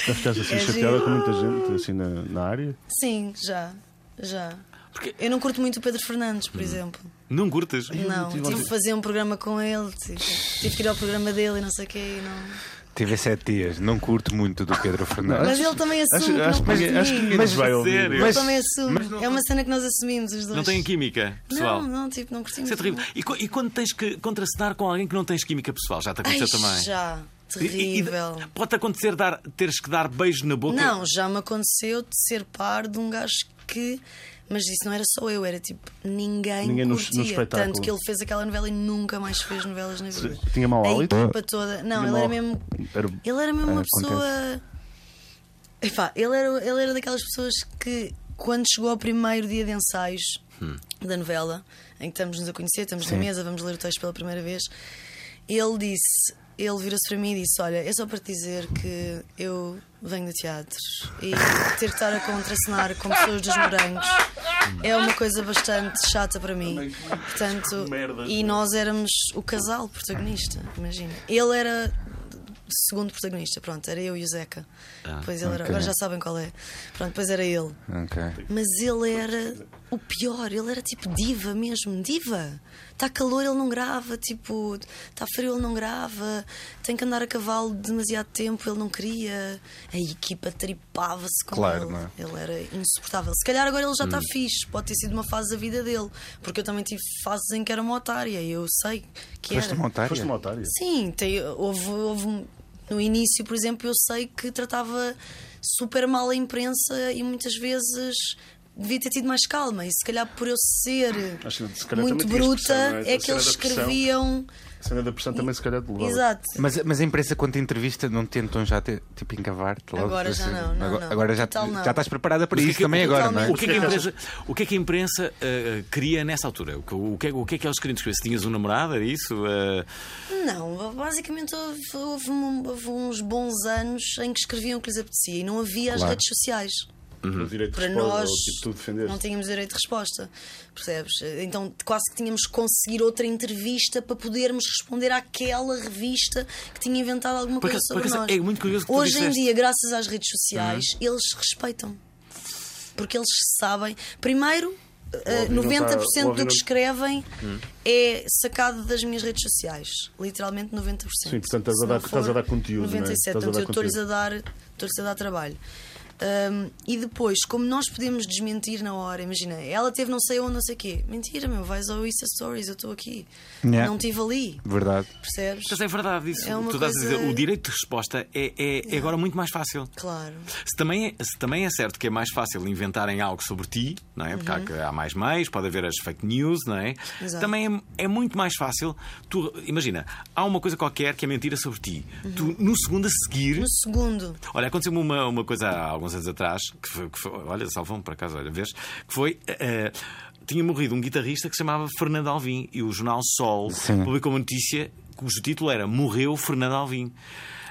C: Já ficaste assim
E: É
C: chateada
E: giro.
C: com muita gente assim na, na área?
E: Sim, já. Já.
A: Porque-
E: Eu não curto muito o Pedro Fernandes,
A: Hum.
E: por exemplo.
A: Não curtas?
E: Não,
C: tive
E: tive
C: ontem-
E: que fazer um programa com ele, tipo, tive que ir ao programa dele e não sei o quê. e Não...
B: Tive sete dias, não curto muito do Pedro Fernandes.
E: Mas ele também
C: Acho,
E: assume
C: acho,
E: que não
C: que,
E: pode
C: acho que
E: vir.
C: ninguém
B: Mas
C: nos vai ouvir.
A: sério?
E: Ele
B: Mas-
E: também assume.
B: mas não-
E: é uma cena que nós assumimos os dois.
A: Não têm química, pessoal.
E: Não, não, tipo, não curtimos.
A: Isso é terrível.
E: muito.
A: E, co- e quando tens que contracenar com alguém que não tens química pessoal? Já te
E: Ai,
A: aconteceu é também?
E: já.
A: E- e- e-
E: Terrível.
A: Pode-te acontecer dar, teres que dar beijo na boca?
E: Não, já me aconteceu de ser par de um gajo que. Mas isso não era só eu, era tipo ninguém,
C: Ninguém no- no
E: curtia.
C: espetáculo.
E: Tanto que ele fez aquela novela e nunca mais fez novelas na vida.
C: Tinha mau
E: A
C: hálito?
E: equipa toda.
C: Tinha
E: Não, ele era
C: mau-
E: mesmo.
C: Era-
E: Ele era mesmo uma
B: acontece.
E: pessoa. Epá, ele era, ele era daquelas pessoas que, quando chegou ao primeiro dia de ensaios da novela, em que estamos-nos a conhecer, estamos na mesa, vamos ler o texto pela primeira vez, ele disse. Ele virou-se para mim e disse: Olha, é só para te dizer que eu venho de teatro e ter que estar a contracenar com pessoas dos morangos é uma coisa bastante chata para mim. Portanto, e nós éramos o casal protagonista, imagina. Ele era segundo protagonista, pronto, era eu e o Zeca. depois ele era,
B: ok.
E: agora já sabem qual é. Pronto, depois era ele.
B: Ok.
E: Mas ele era o pior, ele era tipo diva mesmo, diva. Está calor, ele não grava, tipo, está frio, ele não grava, tem que andar a cavalo demasiado tempo, ele não queria. A equipa tripava-se com
B: Claro,
E: ele.
B: não é? Hum.
E: Ele era insuportável. Se calhar agora ele já está fixe, pode ter sido uma fase da vida dele, porque eu também tive fases em que era uma otária, e eu sei que
B: Foste
E: era.
B: uma otária?
C: Foste uma otária.
E: Sim, tem- houve, houve- um, no início, por exemplo, eu sei que tratava super mal a imprensa e muitas vezes devia ter tido mais calma. E se calhar por eu ser
C: Acho que se calhar
E: muito
C: também tinhas
E: bruta,
C: pressão, não é? A
E: é que
C: cena
E: eles
C: da pressão.
E: escreviam.
C: A cena da pressão também se calhar te levava.
E: Exato.
B: Mas, mas a imprensa, quando te entrevista, não tentam já te, tipo encavar-te logo?
E: Agora já
B: Assim,
E: não, não,
B: agora,
E: não.
B: agora já,
E: Total não.
B: já estás preparada para
A: Mas o
B: isso
A: que é que-
B: também agora, não é?
A: O que é que a imprensa, o que é que a imprensa, ah, ah, queria nessa altura? O que, o que é, o que é que eles queriam descrever? Se tinhas um namorado, era isso? Ah,
E: Não, basicamente houve, houve um- houve uns bons anos em que escreviam o que lhes apetecia e não havia as
B: Claro.
E: redes sociais.
C: O direito de
E: para
C: resposta,
E: nós
C: ou, tipo, tu defenderes.
E: não tínhamos direito de resposta, percebes? Então quase que tínhamos que conseguir outra entrevista para podermos responder àquela revista que tinha inventado alguma
A: Por
E: coisa
A: acaso- por
E: sobre
A: acaso,
E: nós.
A: é muito curioso que tu
E: Hoje em
A: disseste.
E: dia, graças às redes sociais,
C: Uhum.
E: eles respeitam. Porque eles sabem. Primeiro, eh,
C: Óbvio, não tá-
E: 90%
C: óbvio,
E: do
C: não-
E: que
C: Hum.
E: escrevem é sacado das minhas redes sociais. Literalmente 90%.
C: Sim, portanto, estás a
E: Se
C: dar-
E: não for
C: estás a dar conteúdo, não é?
E: 97%.
C: Estás a
E: Portanto,
C: dar
E: eu estou-lhes
C: conteúdo.
E: a dar, estou-lhes a dar trabalho. Ahm, e depois, como nós podemos desmentir na hora, imagina, ela teve não sei onde, não sei o quê. Mentira, meu, vais ao Insta Stories, eu estou aqui.
B: Yeah.
E: Não estive ali,
B: Verdade.
E: percebes?
A: Mas é verdade isso.
E: É
A: o que
E: uma
A: tu estás a dizer,
E: coisa-
A: o direito de resposta é, é- é agora muito mais fácil.
E: Claro.
A: Se também, é- se também é certo que é mais fácil inventarem algo sobre ti, não é? Porque há que- há, mais meios, pode haver as fake news, não é?
E: Exato.
A: Também é, é muito mais fácil. Tu, imagina, há uma coisa qualquer que é mentira sobre ti. Tu, no segundo a seguir.
E: No segundo,
A: Olha, aconteceu-me uma, uma coisa há alguns anos atrás, que foi, que foi- olha, salvou-me por acaso, olha, vês? Que foi. eh, tinha morrido um guitarrista que se chamava Fernando Alvim e o jornal Sol
B: Sim.
A: publicou uma notícia cujo título era Morreu Fernando Alvim.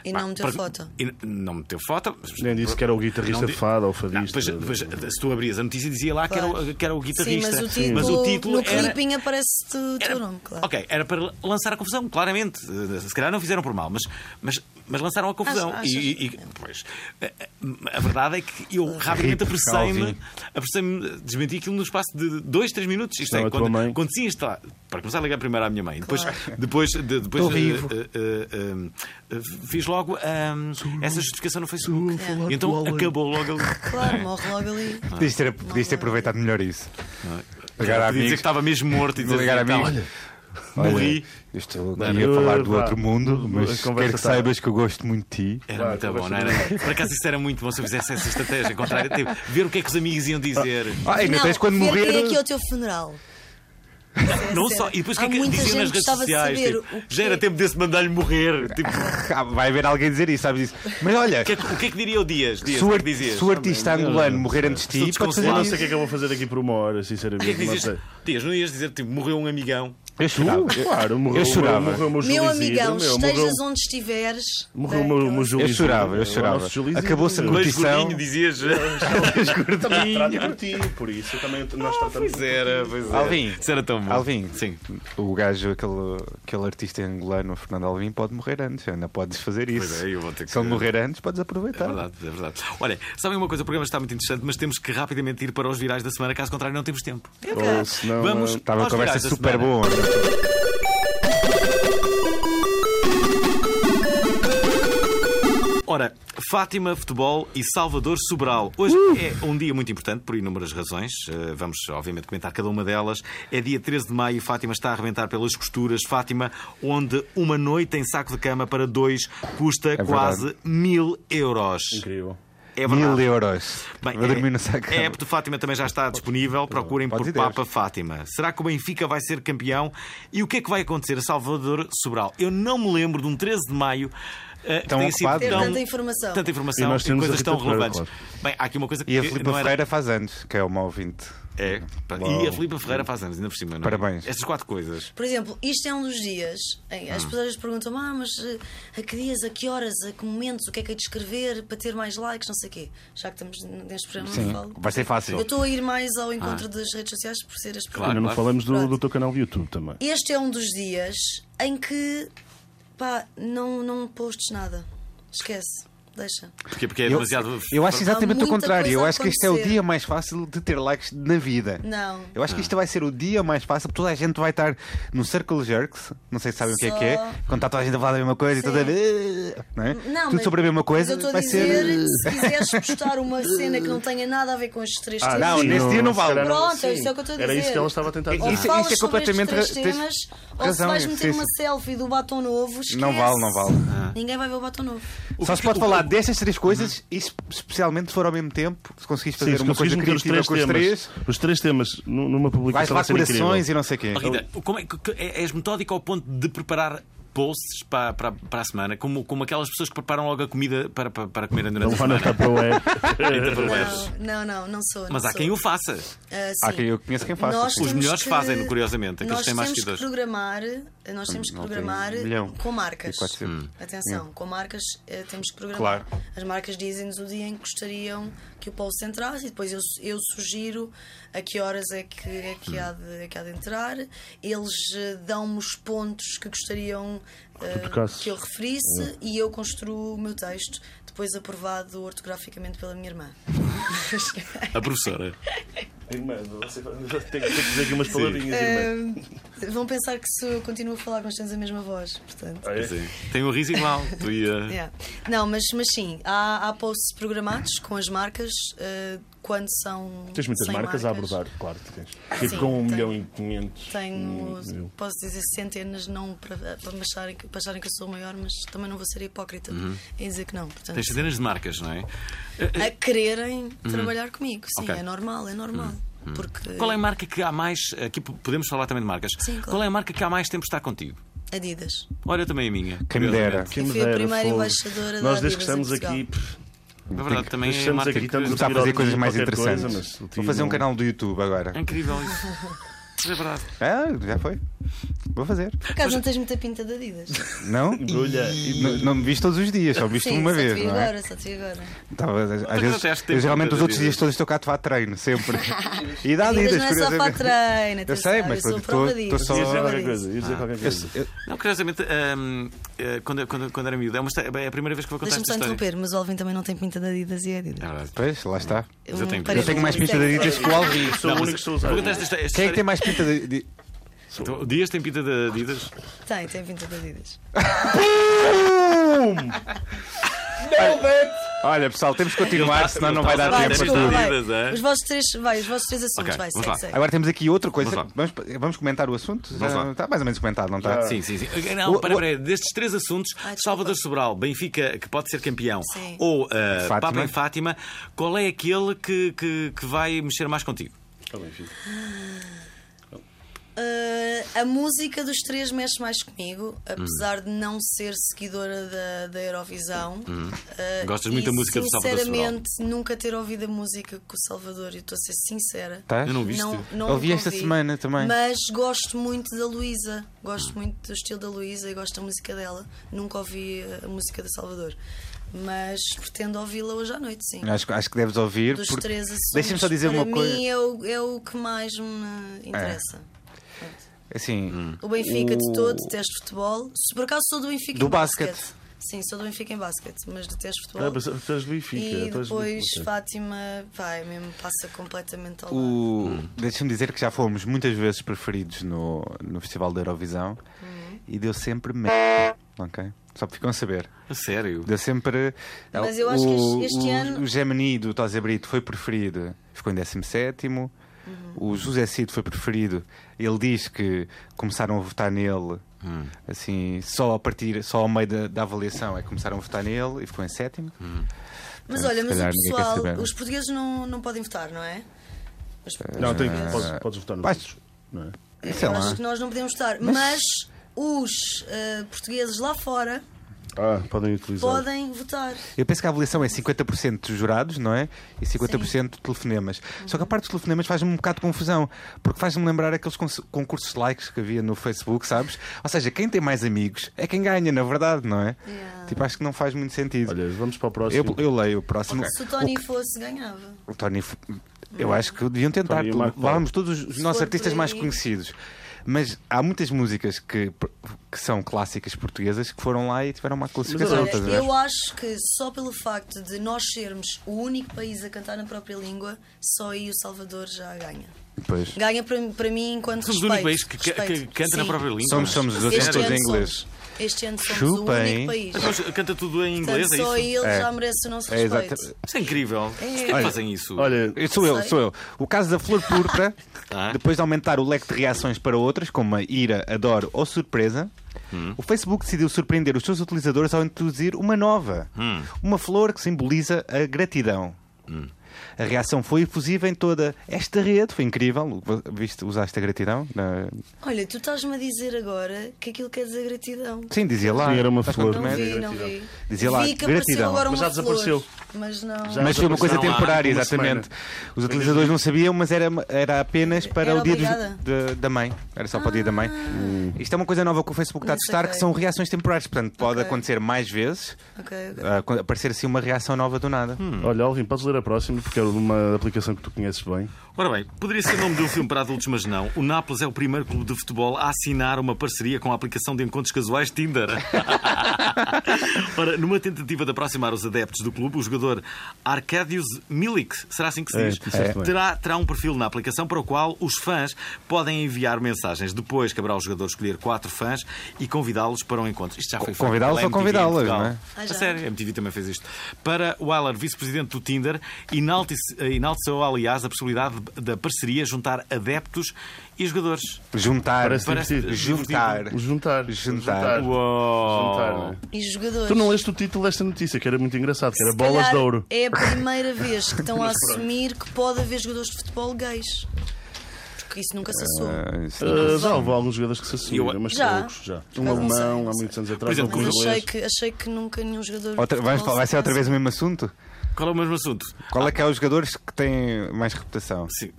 E: E
A: Pá,
E: não meteu
A: para-
E: foto.
A: E n- não meteu foto. mas-
C: Nem disse que era o guitarrista
A: Não
C: de
A: di-
C: fado
A: Não,
C: ou fadista.
A: pois- pois, se tu abrias a notícia, dizia lá que, era,
E: Claro.
A: o- que era o
E: sim,
A: guitarrista.
E: mas o título,
A: mas o título
E: no
A: era-
E: clipinho aparece-te o teu nome, claro.
A: Ok, era para lançar a confusão, claramente. Eh, Se calhar não fizeram por mal, mas, mas, mas lançaram a confusão.
E: Achas-
A: E- e- e- pois, eh, eh, a, verdade é que eu rapidamente apressei-me,
B: Calvin.
A: apressei-me, desmenti aquilo no espaço de dois, três minutos. Isto
C: Não,
A: é,
C: a tua
A: quando,
C: mãe.
A: quando sim está. Para começar a ligar primeiro à minha mãe, depois, depois, de- depois
B: Estou
A: eh,
B: vivo.
A: eh, eh, eh, fiz logo ahm, essa justificação no Facebook.
E: falar
A: E Então acabou logo ali.
E: Claro, morre logo ali.
B: Podias ter, podias ter aproveitado melhor isso.
A: Ah. Podia dizer
B: Ligar a
A: que
B: amigos.
A: estava mesmo morto e dizer
B: Ligar a
A: assim,
B: amigos.
A: olha,
B: Olha,
A: morri.
B: eu estou
A: Não,
B: aqui a
C: eu-
B: falar do
C: pá,
B: outro mundo, mas
C: a conversa
B: quero que
C: tá-
B: saibas que eu gosto muito de ti.
A: Era
C: Claro,
A: muito
C: eu
A: bom,
C: gosto
A: não era? Por acaso isso era muito bom se eu fizesse essa estratégia contrária. Tipo, ver o que é que os amigos iam dizer.
E: <laughs>
B: Ah, ainda
E: Não,
B: tens quando
E: ver
B: morrer.
E: Quem é que é o teu funeral?
A: não
E: sério.
A: só. E depois o
E: Há
A: que é que
E: muita
A: diziam
E: gente
A: nas redes
E: gostava de
A: sociais?
E: saber
A: Tipo,
E: o que
A: Já era
E: é-
A: tempo desse mandar-lhe morrer. Tipo, o,
B: <laughs> Ah, Vai haver alguém dizer isso, sabes isso? Mas olha,
A: que é que, o que é que diria o Dias? Dias
B: se o
A: o que é
B: ar-
A: que dizias?
B: se o artista angolano morrer antes de ti,
A: Estou
B: podes fazer
C: Eu
A: desconsolado.
C: não
B: isso.
C: sei o que é que eu vou fazer daqui por uma
A: O
C: hora,
A: que é que
C: sinceramente. Não
A: dizias?
C: sei.
A: Dias, não ias dizer tipo, morreu um amigão?
B: Eu chorava.
C: Uh, Claro, morreu,
B: Eu
C: o meu-
B: chorava.
C: morreu o meu Júlio
E: Meu amigão,
C: Isidro, meu,
E: estejas
C: morreu-
E: onde estiveres.
C: Morreu o meu, o meu
E: daquelas-
C: Júlio
B: Eu chorava, eu
C: Isidro,
B: chorava.
C: o nosso Júlio Isidro.
B: Acabou-se a
C: Eu
A: Beijo
B: Curtição.
A: gordinho, dizias. <laughs>
C: Também trato por ti, por isso também nós tratamos.
A: Pois era, pois era.
B: Alvin.
A: Isso era tão bom.
B: Alvin.
A: Sim.
B: O gajo, aquele, aquele artista angolano, o Fernando Alvim, pode morrer antes. Ainda podes fazer isso.
A: Pois é, eu vou ter que-
B: Se ele morrer antes, podes
A: É
B: aproveitar.
A: verdade, é verdade. Olha, sabem uma coisa, o programa está muito interessante, mas temos que rapidamente ir para os virais da semana, caso contrário, não temos tempo.
C: Ou senão,
A: Vamos.
C: eh,
B: Estava uma
A: Aos
B: conversa
A: virais da
B: super
A: semana.
B: boa.
D: É
A: Ora, Fátima Futebol e Salvador Sobral. Hoje
B: Uh!
A: é um dia muito importante por inúmeras razões. Eh, Vamos, obviamente, comentar cada uma delas. É dia 13 de maio e Fátima está a arrebentar pelas costuras. Fátima, onde uma noite em saco de cama para dois custa
B: É verdade.
A: quase mil euros.
C: Incrível.
A: É verdade.
B: Mil euros.
A: Bem,
B: Vou dormir
A: é-
B: no saco.
A: A app de Fátima também já está disponível. Procurem
B: Pode
A: por
B: ir Deus.
A: Papa Fátima. Será que o Benfica vai ser campeão? E o que é que vai acontecer a Salvador Sobral? Eu não me lembro de um 13 de maio. eh, que
B: Tão
A: tenha sido
B: ocupado. é?
E: Ter
B: tão-
E: tanta informação.
A: tanta
C: E
A: informação
C: nós
A: e,
C: temos a
A: coisas
C: Rita
A: tão
C: Ferreira,
A: relevantes.
C: claro.
A: Bem, há aqui uma coisa que
B: E a Filipe
A: não era...
B: Ferreira faz anos, que é uma ouvinte.
A: É, pá, e a Filipe Ferreira faz anos, ainda por cima. Não é?
B: Parabéns.
A: Estas quatro coisas.
E: Por exemplo, isto é um dos dias em-
B: Hum.
E: as pessoas perguntam ah, mas eh, a que dias, a que horas, a que momentos, o que é que é de escrever para ter mais likes, não sei o quê. Já que estamos n- neste programa,
B: Sim,
E: não falo.
B: vai ser Ah. fácil.
E: Eu estou a ir mais ao encontro das redes sociais por ser as pessoas.
A: Claro,
C: Ainda não
A: claro.
C: falamos do,
E: Pronto.
C: do teu canal de YouTube também.
E: Este é um dos dias em que pá, não, não postes nada. Esquece, deixa.
A: Porque, porque é
B: Eu,
A: demasiado.
B: eu acho exatamente o
E: muita
B: contrário.
E: coisa
B: Eu
E: a
B: acho que este é o
E: acontecer.
B: dia mais fácil de ter likes na vida.
E: Não.
B: Eu acho que isto vai ser o dia mais fácil. Toda a gente vai estar no Circle Jerks. Não sei se sabem o que é que é.
E: Só-
B: Quando está toda a gente a falar da mesma coisa e
E: Sim.
B: toda. Não é?
E: Não,
B: Tudo
E: mas-
B: sobre a mesma coisa.
E: mas eu estou a
B: vai
E: dizer,
B: ser.
E: se quiseres postar uma cena que não tenha nada a ver com estes
C: Ah,
E: três temas,
B: Ah, não, nesse dia não vale.
C: se calhar
E: Pronto, é isso é o que eu estou a dizer.
C: Era isso que ela estava a tentar
E: Ou
B: Isso-
C: dizer.
B: isso é
E: falas sobre
B: completamente
E: estes
B: ra-
E: três
B: tens
E: temas, ou se
B: razão,
E: vais meter
B: sim,
E: uma selfie do batom novo, esquece.
B: <laughs> Não vale, não vale. Ah.
E: Ninguém vai ver o batom novo.
B: Só se pode falar destas três coisas e se- especialmente se for ao mesmo tempo, se conseguires
C: Uhum. Sim,
B: fazer
C: se
B: uma
C: conseguires
B: coisa
C: meter os
B: criativa
C: três
B: com os três,
C: temas, os três temas nu- numa
B: vais
C: publicação
B: lá
C: vai ser incrível.
B: corações e não sei o quê.
A: Oh, Rita, como é que, que- é- és metódica ao ponto de preparar posts para, para, para a semana, como, como aquelas pessoas que preparam logo a comida para, para, para comer durante a
C: Não vai na
A: semana?
C: Tupperware.
A: Entre proverbos.
E: Não, não, não, não sou. não
A: Mas há
E: sou.
A: quem o faça.
E: Ah,
B: Há
E: sim.
B: quem eu conheço quem faz.
E: Nós
B: sim.
A: Os
E: temos
A: melhores
E: que-
A: fazem, curiosamente, aqueles
E: Nós
A: que têm mais
E: temos que
A: seguidores.
E: programar, nós temos que
B: Hum, Não tem
E: programar
B: um milhão.
E: com marcas. Hum.
B: Tem 400.
E: Atenção, com marcas eh, temos que programar. As marcas dizem-nos o dia em que gostariam que o post entrasse e depois eu, su- eu sugiro a que horas é que,
A: Hum.
E: é que, há, de, é que há de entrar. Eles eh, dão-me os pontos que gostariam eh,
C: tocasses.
E: que eu referisse
B: é.
E: e eu construo o meu texto, depois aprovado ortograficamente pela
B: <laughs>
E: minha irmã.
A: A professora.
C: <laughs> Irmã, você vai- tem que tem que dizer aqui umas palavrinhas, irmã.
E: Vão pensar que se eu continuo a falar, nós temos a mesma voz, portanto.
C: Ah, é?
A: Sim. Tem um riso igual. Tu ia.
E: Yeah. Não, mas, mas sim, há, há posts programados com as marcas eh, quando são.
C: Tens muitas
E: sem
C: marcas a abordar, claro que tens. Tipo com um
E: tenho.
C: milhão e 500.
E: Tenho,
C: mil.
E: posso dizer, centenas, não para, para, acharem, que- para acharem que eu sou o maior, mas também não vou ser hipócrita
C: Uhum.
E: em dizer que não. Portanto,
A: Tens centenas de marcas, não é?
E: a quererem
C: Uhum.
E: trabalhar comigo, sim,
A: Ok.
E: é normal, é normal. Porque
A: Qual é a marca que há mais. Aqui podemos falar também de marcas.
E: Sim, claro.
A: Qual é a marca que há mais tempo está contigo?
E: Adidas.
A: Olha também a minha.
B: Quem me dera.
E: Quem me Fui a dera, primeira fogo. embaixadora da
C: Nós desde que
E: Adidas
C: estamos
E: em
C: aqui. pff,
A: Na verdade, também é a
C: estamos
A: marca
C: aqui,
A: que-
C: estamos
B: Começar a fazer coisas mais
C: Qualquer coisa,
B: interessantes.
C: mas o tio
B: Vou fazer um
C: não-
B: canal do YouTube agora.
A: É incrível isso. Mas É verdade.
B: Ah, já foi. Vou fazer.
E: Por acaso não tens muita pinta de Adidas?
A: <laughs>
B: Não?
C: Olha, e-
B: Não, não me viste todos os dias, só me viste
E: sim,
B: uma
E: só
B: vez,
E: te vi
B: não é?
E: agora, só te vi agora.
B: Tava- às
A: acaso
B: vezes-
A: até acho que
B: eu
A: tem
B: geralmente
A: muita
B: os outros
A: vida.
B: dias todos estou cá a tomar treino,
E: <laughs>
B: sempre. E dá
E: Adidas
B: Adidas,
E: não é só para
B: curiosamente.
E: treino,
B: Eu sei,
E: atenção,
B: mas
E: eu sou
B: tô-
E: prova
B: tô-
E: disso,
B: tô só-
E: eu
C: Ia
E: sou
C: dizer
E: prova
C: qualquer
E: disso.
C: coisa. Ia dizer qualquer
B: Eu,
C: coisa.
B: eu-
A: Não, curiosamente, hum, eh, quando, quando, quando era miúdo, é, uma histó- é a primeira vez que vou contar
E: Deixa-me
A: esta
E: só
A: história.
E: interromper, mas o Alvin também não tem pinta de Adidas e é Adidas. Um
A: É verdade.
B: pois, lá está.
A: Mas eu tenho-
E: parede
B: Eu tenho mais
E: de
B: pinta de Adidas
E: sexo.
B: que o Alvin.
C: Sou o
A: Não,
C: único
A: mas
C: que estou a usar.
A: Vou contar esta, esta
B: Quem é que tem
A: história.
B: mais pinta de. de-
A: Então, o Dias tem pinta de Adidas?
E: Tem, tem pinta de Adidas.
B: Olha, pessoal, temos que continuar, senão não vai dar
A: Vai,
E: Vai,
B: tempo. a
E: desculpa,
B: tudo.
E: vai.
A: Adidas, é?
E: Os vossos três, vai, os vossos três assuntos,
A: Ok,
E: vai,
A: vamos
E: segue,
A: lá.
E: segue.
B: Agora temos aqui outra coisa.
A: Vamos
B: Vamos, vamos comentar o assunto?
A: Vamos
B: Já
A: lá.
B: está mais ou menos comentado, não está?
A: Ah, Sim, sim, sim. Não,
B: Ah. O-
A: para,
B: o-
A: para, destes três assuntos,
E: Ah, desculpa.
A: Salvador Sobral, Benfica, que pode ser campeão,
E: Sim.
A: ou uh,
B: Fátima.
A: Papa em Fátima, qual é aquele que, que, que vai mexer mais contigo?
C: Tá bem, filho.
E: Ah, a música dos três mexe mais comigo, apesar de não ser seguidora da, da Eurovisão. Ah,
A: Hum. Gostas muito da
E: e
A: música do Salvador Sobral.
E: Sinceramente, nunca ter ouvido a música com o Salvador, eu estou a ser sincera.
B: Estás?
A: Eu não viste?
E: Não, não
B: Ouvi
E: nunca
B: esta semana também.
E: Mas gosto muito da Luísa. Gosto
A: Hum.
E: muito do estilo da Luísa e gosto da música dela. Nunca ouvi a música da Salvador. Mas pretendo ouvi-la hoje à noite, sim.
B: Acho, acho que deves ouvir.
E: Dos
B: porque-
E: três assuntos.
B: Deixa-me só dizer
E: para
B: uma coisa. É.
E: mim é o, é o que mais me interessa.
B: Assim,
A: Hum.
E: O Benfica
B: O-
E: de todo, detesto futebol. Se por acaso sou do Benfica
B: Do
E: em basquete.
B: basquete.
E: Sim, sou do Benfica em basquete, mas detesto futebol.
C: Ah, mas tu és do Benfica.
E: e
C: tu és do-
E: depois
C: ok.
E: Fátima, vai, mesmo passa completamente ao lado.
B: o... deixa-me dizer que já fomos
E: Uhum.
B: muitas vezes preferidos no, no Festival da Eurovisão e deu sempre merda. ok? Só para ficam a saber.
A: A sério.
B: Deu sempre. é
E: Mas eu acho que este- este
B: o,
E: ano-
B: O Gemini do Tose Brito foi preferido, ficou em 17.
E: Uhum.
B: O José Cid foi preferido. Ele diz que começaram a votar nele
E: Hum.
B: assim, só a partir, só ao meio da, da avaliação é que começaram a votar nele e ficou em sétimo.
E: Mas
B: Então,
E: olha,
B: se
E: mas o
B: calhar ninguém quer
E: pessoal,
B: saber. é?
E: os portugueses não, não podem votar, não é? Os
B: Eh,
C: Não, tem,
E: portugueses.
C: podes, podes votar no
B: Vais-
C: Pires, não é?
B: Sei
E: Eu
B: lá.
E: acho que nós não podemos votar, mas, os eh, portugueses lá fora
C: Ah, podem utilizar.
E: podem votar.
B: Eu penso que a avaliação é 50% dos jurados, não é? E 50% de telefonemas. Só que a
E: Uhum.
B: parte dos telefonemas faz-me um bocado de confusão, porque faz-me lembrar aqueles cons- concursos de likes que havia no Facebook, sabes? Ou seja, quem tem mais amigos é quem ganha, na verdade, não é?
E: Yeah.
B: Tipo, acho que não faz muito sentido.
C: Olha, vamos para o próximo.
B: eu, eu leio o próximo.
E: Se o Tony fosse, ganhava.
B: O Tony, f- eu acho que deviam tentar.
C: Tony e Marco Paulo.
B: Levávamos todos os
E: Se
B: nossos
E: for
B: artistas
E: por
B: mais
E: aí.
B: conhecidos. Mas há muitas músicas que, que são clássicas portuguesas que foram lá e tiveram uma classificação.
C: olha,
B: estás a
E: Olha,
B: ver?
E: eu acho que só pelo facto de nós sermos o único país a cantar na própria língua, só aí o Salvador já ganha.
B: Pois.
E: Ganha para, para mim enquanto
A: Somos o único
E: respeito.
A: país que, que- que
E: respeito.
A: canta na
E: Sim.
A: própria língua. é?
B: Somos- somos os dois,
A: Este
B: somos todos
E: ano
B: em inglês.
E: somos- este ano somos
B: Chupa,
E: o
B: hein?
E: único país.
A: Mas Então, canta tudo em inglês,
E: Portanto,
A: é
E: só
A: isso?
E: ele
B: É.
E: já merece o nosso
B: É,
E: respeito.
B: exato.
A: Isso é incrível. Por que
E: Olha,
A: fazem isso?
C: Olha,
B: Eu sou eu, sou eu. O caso da flor púrpura,
A: Ah.
B: depois de aumentar o leque de reações para outras, como a ira, adoro ou surpresa, o Facebook decidiu surpreender os seus utilizadores ao introduzir uma nova. Uma flor que simboliza a gratidão. A reação foi efusiva em toda esta rede, foi incrível. Viste, usaste a gratidão? Na-
E: Olha, tu estás-me a dizer agora que aquilo quer dizer gratidão.
B: Sim, dizia lá.
C: Sim, era uma
B: Estás
C: flor.
E: Não
B: com medo?
E: vi, não vi.
B: Dizia lá,
E: vi que
B: gratidão.
E: apareceu agora uma
C: Mas já desapareceu.
E: flor, mas não.
C: Já-
B: Mas foi uma coisa
A: Não há
B: temporária,
C: uma
B: exatamente.
C: semana.
B: Os utilizadores não sabiam, mas era, era apenas para
E: Era
B: o dia dos-
E: obrigada.
B: de- da mãe. Era só para o dia da mãe.
C: Ah.
B: Isto é uma coisa nova que o Facebook está a
E: Não
B: testar,
E: saquei.
B: que são reações temporárias. Portanto, pode
E: Ok.
B: acontecer mais vezes,
E: Ok, ok.
B: ah, quando aparecer assim uma reação nova do nada.
C: olha, Alvin, podes ler a próxima, porque é uma aplicação que tu conheces bem.
A: Ora bem, poderia ser o nome de um filme para adultos, mas não. O Nápoles é o primeiro clube de futebol a assinar uma parceria com a aplicação de encontros casuais Tinder. <laughs> Ora, numa tentativa de aproximar os adeptos do clube, o jogador Arcadius Milik, será assim que se
C: É,
A: diz?
C: disseste bem.
A: terá, terá um perfil na aplicação para o qual os fãs podem enviar mensagens. Depois caberá ao jogador escolher quatro fãs e convidá-los para um encontro. Isto já foi feito
B: Convidá-los
A: pela MTV
B: ou
A: em
B: convidá-las,
A: Portugal.
B: não é?
E: Ah,
A: A
E: já.
A: sério, a MTV também fez isto. Para o Waller, vice-presidente do Tinder, enaltece- eh, enalteceu, aliás, a possibilidade de- da parceria juntar adeptos e jogadores.
B: Juntar.
C: Parece divertido.
B: Juntar.
C: O juntar.
B: Juntar.
C: O
A: Uau.
C: Juntar, não é?
E: E jogadores.
C: Tu não leste o título desta notícia, que era muito engraçado, que era
E: Se
C: Bolas
E: calhar
C: de Ouro.
E: É a primeira vez que estão a assumir que pode haver jogadores de futebol gays. Porque isso nunca se assume.
B: Ah, isso não-
C: Ah, já houve alguns jogadores que se assumiram,
A: Eu-
C: mas
E: Já.
C: poucos, já. Um
E: Mas não sei,
C: alemão,
E: não
C: há
E: sei.
C: muitos anos atrás,
A: exemplo,
C: um
E: Mas achei
C: inglês.
E: que, achei que nunca nenhum jogador.
B: Outra-
E: de
B: vai,
E: futebol
B: vai
E: se
B: ser outra
E: lança.
B: vez o mesmo assunto?
A: Qual é o mesmo assunto?
B: Qual é que é os jogadores que têm mais reputação?
A: Sim,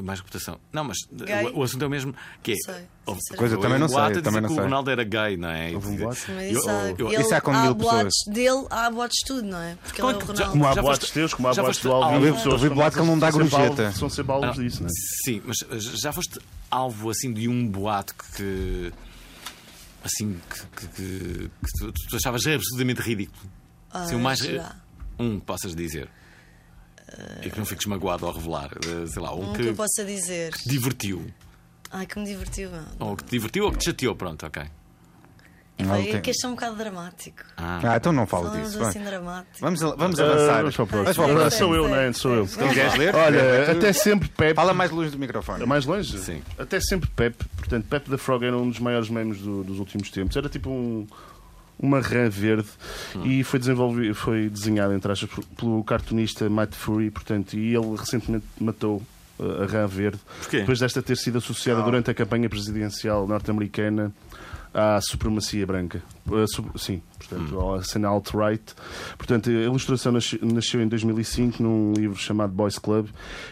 A: mais reputação. Não, mas
E: Gay?
A: o, o assunto é o mesmo. Que é,
E: Não sei,
A: houve-
E: sinceramente.
B: Coisa,
A: houve
B: também não
A: um boato
B: sei,
A: a dizer
B: também não
A: que o
B: sei.
A: Ronaldo era gay, não é?
C: Houve um boato?
E: Mas isso há,
A: Eu- eu-
E: ele-
B: isso há com mil
E: boates dele, há boates de tudo, não é? Porque
A: Claro
E: ele é
A: que
E: o
A: já-
E: Ronaldo.
C: Como há
A: Já
C: boates
A: foste-
C: teus, como há
A: já
C: boates
A: foste
C: do Alvin,
A: alvo-
C: pessoas
B: Eu vi
C: que
B: boato que ele não dá
C: são sempre
B: gorjeta.
C: alvos- São sempre alvos disso, não é?
A: Sim, mas eh, já foste alvo assim de um boato que- que. assim, que, que- que- que tu, tu achavas absolutamente ridículo.
E: Ah,
A: Assim, o mais ri-
E: já.
A: Um que possas dizer. E que não fiques magoado ao revelar. Eh, Sei lá, um,
E: Um
A: que,
E: que eu possa dizer.
A: te divertiu.
E: Ai, que me divertiu, mano.
A: Ou que te divertiu ou que te chateou. Pronto, ok.
E: É,
B: Não,
E: pá,
B: tem-
E: é que este é um bocado dramático.
B: Ah, então não falo
E: Não é
B: disso. vá.
E: assim dramático.
B: Vamos, vamos
C: Ah,
B: avançar.
C: Vamos para o próximo.
E: Mas vamos
C: Ah,
E: para o
C: Sou eu, não é?
E: próximo.
C: Sou eu.
B: Quiseres ler?
C: Olha, até sempre Pep.
B: Fala mais longe do microfone.
C: É Mais longe?
A: Sim.
C: Até sempre Pep. Portanto, Pep da Frog era um dos maiores memes do- dos últimos tempos. Era tipo um. Uma rã verde e foi, desenvolvi- foi desenhada, entre aspas, por- pelo cartunista Matt Fury, portanto, e ele recentemente matou uh, a rã verde
A: Porquê?
C: depois desta ter sido associada durante a campanha presidencial norte-americana à supremacia branca. Uh, su- sim, portanto, à cena alt-right. Portanto, a ilustração nasce- nasceu em 2005 num livro chamado Boys Club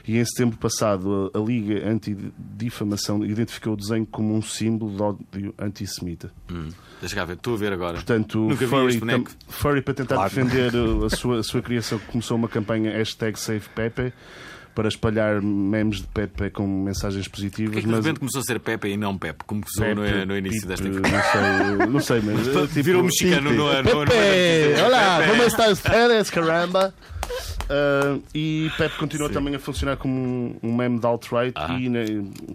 C: e em setembro passado a, a Liga Antidifamação identificou o desenho como um símbolo de ódio antissemita.
A: Hum. Deixa cá ver, estou a ver agora.
C: Portanto,
A: Nunca vi
C: Furry,
A: este boneco.
C: tam- Furry, para tentar
B: Claro.
A: <laughs>
C: defender uh, a sua, a sua criação, começou uma campanha hashtag SavePepe para espalhar memes de Pepe com mensagens positivas.
A: Porquê é que de
C: mas...
A: repente começou a ser Pepe e não Pepe, como começou
C: Pepe,
A: no, no início
C: Pipe,
A: desta conversa?
C: Não sei, não sei, mas. eh,
A: <laughs>
C: tipo,
A: Virou mexicano,
C: Pipe.
A: não é? Não é- não é-
C: Pepe! Olá, como está ustedes, caramba? Ah, e Pepe continua também a funcionar como um, um meme de alt-right
A: Ah.
C: e né,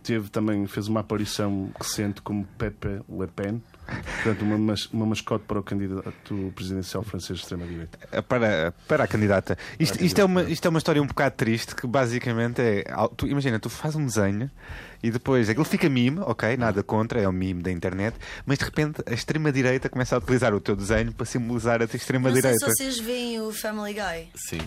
C: teve também, fez uma aparição recente como Pepe Le Pen. Portanto, uma, mas- uma mascote para o candidato presidencial francês de extrema-direita.
B: eh, Para, para a candidata. Isto, isto é uma, isto é uma história um bocado triste que basicamente é. al- Tu, imagina, tu fazes um desenho e depois aquilo fica mime, ok? Nada contra, é um mime da internet, mas de repente a extrema-direita começa a utilizar o teu desenho para simbolizar a tua
E: Não sei se
B: extrema-direita.
E: vocês veem o Family Guy.
A: Sim.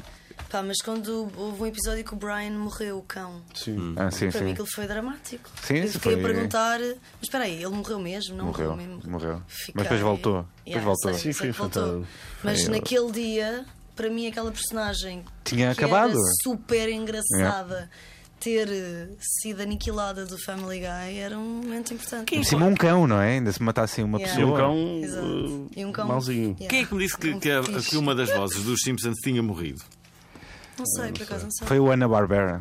E: Pá, mas quando houve um episódio que o Brian morreu, o cão.
C: Sim.
B: Ah, sim,
E: Para mim
B: sim.
E: aquilo foi dramático.
B: Sim,
E: eu
B: isso
E: fiquei
B: foi-
E: a perguntar, mas espera aí, ele morreu mesmo? Não morreu,
B: Morreu,
E: mesmo.
B: morreu.
E: Fiquei-
B: Mas depois voltou, depois voltou.
E: sei,
C: Sim,
E: sei
C: foi
E: que voltou.
C: afetado.
E: Mas
B: Foi-
E: naquele dia, para mim, aquela personagem
B: Tinha
E: que
B: acabado.
E: era super engraçada ter eh, sido aniquilada do Family Guy era um momento importante.
B: Em cima um cão, não é? Ainda se matassem uma
E: Yeah.
C: E um
B: pessoa.
C: cão.
E: Exato.
C: uh,
E: E um cão.
C: Malzinho.
E: Yeah.
A: Quem é que me disse que,
E: Um
A: que a-
E: fixe.
A: que uma das vozes dos Simpsons tinha morrido?
E: Não sei, por acaso não sei.
B: Foi o Ana Barbera.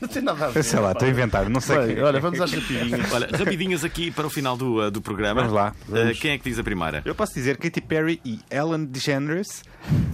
C: Não tem nada a ver.
B: Sei lá, estou a inventar, não sei.
C: Bem,
B: quem-
C: é olha, vamos às rapidinhas.
A: Olha, rapidinhas aqui para o final do, uh, do programa.
B: Vamos lá.
A: Uh, quem é que diz a primeira?
B: Eu posso dizer Katy Perry e Ellen DeGeneres,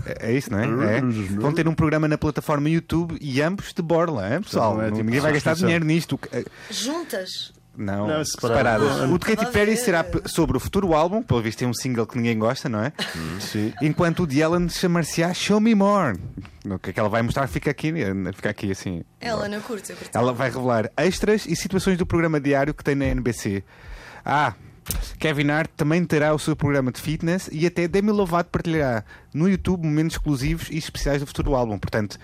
B: é é isso, não é? É. Vão ter um programa na plataforma YouTube e ambos de borla, hein, pessoal?
C: Não é, tipo,
B: Ninguém vai gastar
C: subscrição.
B: dinheiro nisto. O que- eh,
E: Juntas?
B: Não,
C: Não, é separado.
B: separadas. O de
E: Estava
B: Katy
E: a
B: Perry
E: ver.
B: será p- sobre o futuro álbum, pelo visto tem um single que ninguém gosta, não é?
C: Sim.
B: Enquanto o de Ellen chamar-se-á Show Me More. O que é que ela vai mostrar fica aqui, eh, fica aqui assim.
E: Ela, não curto, eu curto.
B: Ela vai revelar extras e situações do programa diário que tem na NBC. Ah, Kevin Hart também terá o seu programa de fitness e até Demi Lovato partilhará no YouTube momentos exclusivos e especiais do futuro álbum. Portanto,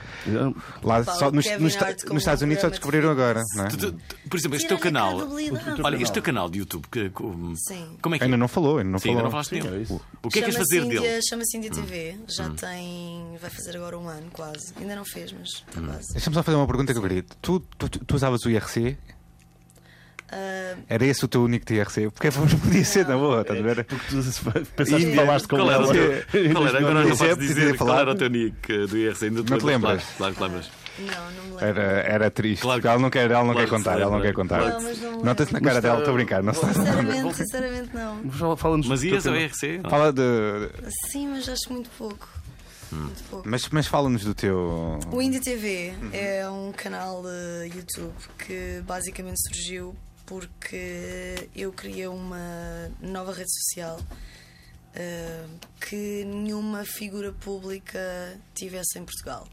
B: lá
E: Paulo,
B: só nos,
E: Kevin
B: nos-
E: Hart com
B: nos Estados
E: um
B: Unidos só
E: programa de
B: descobriram agora.
E: fitness.
B: Não é?
A: Tu- tu- tu- por exemplo, este teu
E: Tira-lhe a
A: canal.
E: credibilidade.
A: Olha, este teu canal de YouTube. Que, com-
E: Sim.
A: Como é que
B: Ainda
A: é?
B: não falou, ainda não
A: Sim, ainda
B: falou.
A: não falaste
C: Sim, é
A: dele.
C: isso.
A: o que é que és
E: Chama-se
A: fazer
E: Índia-
A: dele?
E: Chama-se Índia TV,
B: Hum.
E: já tem. vai fazer agora um ano quase. Ainda não fez, mas
B: Hum.
E: está quase.
B: Deixa-me só fazer uma pergunta que eu queria. Tu, tu, tu- tu usavas o IRC?
E: Ah,
B: Era esse o teu único IRC? Porque é podia ser na boa, estás a ver?
C: Porque tu <laughs> pensaste que
B: Índia.
C: falaste com
A: Qual era, o
C: ela.
A: teu, qual era? Agora não
B: Isso é
A: posso
B: preciso
A: dizer qual
B: falar.
A: era o teu nick eh, do IRC. Ainda
B: Não te lembras?
A: Claro, claro, que lembras.
E: não, não me lembro.
B: Era, era triste.
A: Claro que-
B: porque ela não quer, ela não
A: claro
B: quer
A: que se
B: contar, ela não
A: lembra.
B: quer contar.
E: Claro que se lembra.
B: Nota-se na cara dela, estou a brincar, não se tá está
E: Sinceramente, sinceramente não.
C: Fala- Fala-nos
A: Mas é
C: do teu
A: ias ao
C: canal.
A: IRC? Não.
B: Fala de.
E: Sim, mas acho muito pouco. Muito pouco.
B: Mas, mas fala-nos do teu.
E: O Indie TV
B: Uhum.
E: é um canal eh, YouTube que basicamente surgiu porque eu criei uma nova rede social eh, que nenhuma figura pública tivesse em Portugal.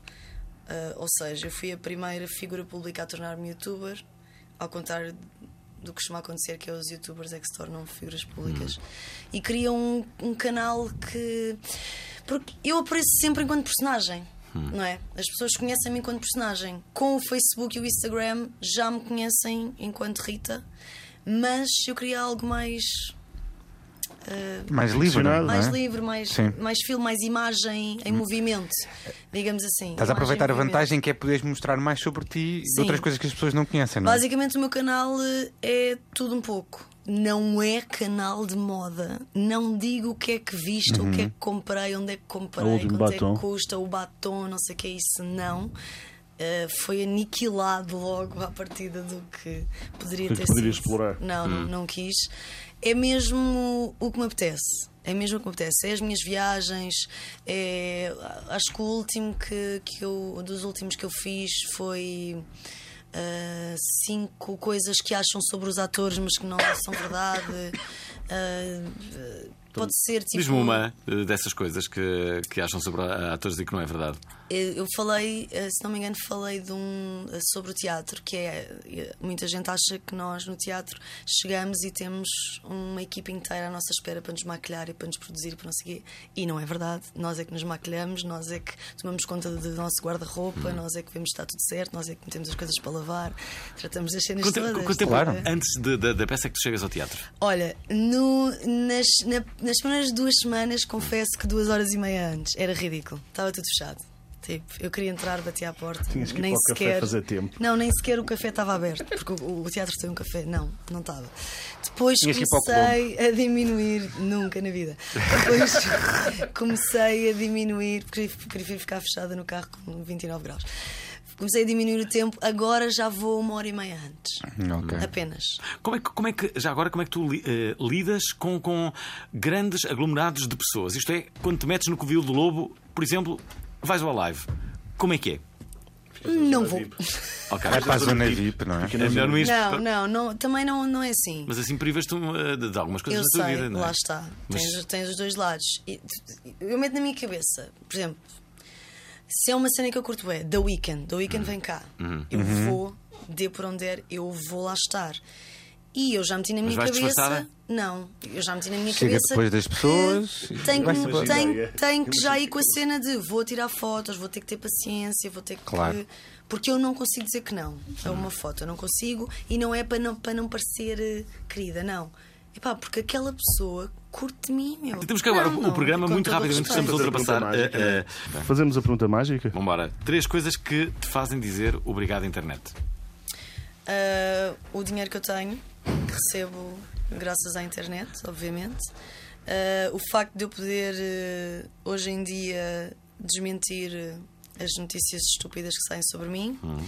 E: Eh, ou seja, eu fui a primeira figura pública a tornar-me youtuber, ao contrário do que costuma acontecer, que é os youtubers é que se tornam figuras públicas.
B: Hum.
E: E criam um, um canal que. Porque eu apareço sempre enquanto personagem,
B: Hum.
E: não é? As pessoas conhecem-me enquanto personagem. Com o Facebook e o Instagram já me conhecem enquanto Rita, mas eu queria algo mais. eh,
B: Mais livre, não é?
E: mais
B: Não é?
E: livre, mais,
B: Sim. Hum.
E: mais filme, mais imagem em movimento, digamos assim.
B: Estás a
E: Imagem
B: aproveitar
E: em
B: a
E: movimento.
B: vantagem que é poderes mostrar mais sobre ti de
E: Sim.
B: outras coisas que as pessoas não conhecem, não é?
E: Basicamente, o meu canal eh, é tudo um pouco. Não é canal de moda. Não digo o que é que visto, o que é
B: Uhum.
E: que comprei, onde é que
C: O
E: comprei,
C: último
E: quanto é
C: batom.
E: que custa, o batom, não sei o que é isso. Não. Eh, foi aniquilado logo à partida do que poderia
C: Do
E: ter
C: que poderia
E: sido.
C: explorar.
E: Não, não, não quis. É mesmo o que me apetece. É mesmo o que me apetece. É as minhas viagens. É... Acho que o último que, que eu. Dos últimos que eu fiz foi. ah, cinco coisas que acham sobre os atores, mas que não são verdade. Ah, pode ser tipo.
A: Então, Diz-me uma eh, dessas coisas que, que acham sobre a- atores e que não é verdade.
E: Eu eu falei, eh, se não me engano, falei de um eh, sobre o teatro, que é eh, muita gente acha que nós no teatro chegamos e temos uma equipe inteira à nossa espera para nos maquilhar e para nos produzir e para não sei o quê. E não é verdade. Nós é que nos maquilhamos, nós é que tomamos conta do nosso guarda-roupa, nós é que vemos se está tudo certo, nós é que metemos as coisas para lavar, tratamos das cenas
A: Quanto tempo-
E: todas.
A: quanto tempo
E: estás a ver?
A: antes de- da, da peça é que tu chegas ao teatro?
E: Olha, no- nas, na- nas primeiras duas semanas, confesso que duas horas e meia antes. Era ridículo. Estava tudo fechado. Tipo, eu queria entrar, bati à porta.
C: Tinhas que ir
E: nem
C: para o café
E: sequer,
C: fazer tempo.
E: Não, nem sequer o café estava aberto, porque o, o teatro tem um café. Não, não estava. Depois
B: Tinhas que ir para o
E: comecei a diminuir, nunca na vida. Depois <laughs> comecei a diminuir, porque queria ficar fechada no carro com 29 graus. Comecei a diminuir o tempo, agora já vou uma hora e meia antes.
B: Ok. É
E: Apenas.
A: Como é que, como é que já agora, como é que tu li- eh, lidas com, com grandes aglomerados de pessoas? Isto é, quando te metes no covil do lobo, por exemplo, vais ao live. Como é que é?
E: Não vou.
A: Ok,
B: Vai
A: mas
B: para a
A: estás
B: zona
A: advertido.
B: VIP, não é?
A: É melhor não ir.
E: Não, não, não, também não, não é assim.
A: Mas assim privas-te uh, de de algumas coisas
E: Eu
A: na tua
E: sei,
A: vida, não é?
E: lá está.
A: Mas-
E: Tens, tens os dois lados. E, eu meto na minha cabeça, por exemplo, se é uma cena que eu curto é The Weeknd, The Weeknd
A: Hum.
E: vem cá. Eu
B: Uhum.
E: vou, dê por onde der, eu vou lá estar. E eu já meti na minha
A: vais
E: cabeça.
A: disfarçada?
E: Não, eu já meti na minha
B: Chega
E: cabeça.
B: depois das
E: que
B: pessoas e
E: Tenho,
B: vai-se
E: que-
B: embora.
E: tenho, tenho que já ir com a cena de vou tirar fotos, vou ter que ter paciência, vou ter que.
B: Claro.
E: Porque eu não consigo dizer que não a uma foto. Eu não consigo e não é para não, para não parecer eh, querida, não. Epá, porque aquela pessoa curte de mim, meu.
A: Temos que agora
E: Não,
A: o-
E: não,
A: o programa
E: com
A: muito
E: todo o
A: rapidamente estamos
E: respeito.
A: a ultrapassar.
C: Pergunta mágica,
A: uh, uh,
C: Fazemos a pergunta mágica?
A: Vamos embora. Três coisas que te fazem dizer obrigado, internet.
E: Ah, o dinheiro que eu tenho, que recebo graças à internet, obviamente. Ah, o facto de eu poder eh, hoje em dia desmentir eh, as notícias estúpidas que saem sobre mim
A: Uhum.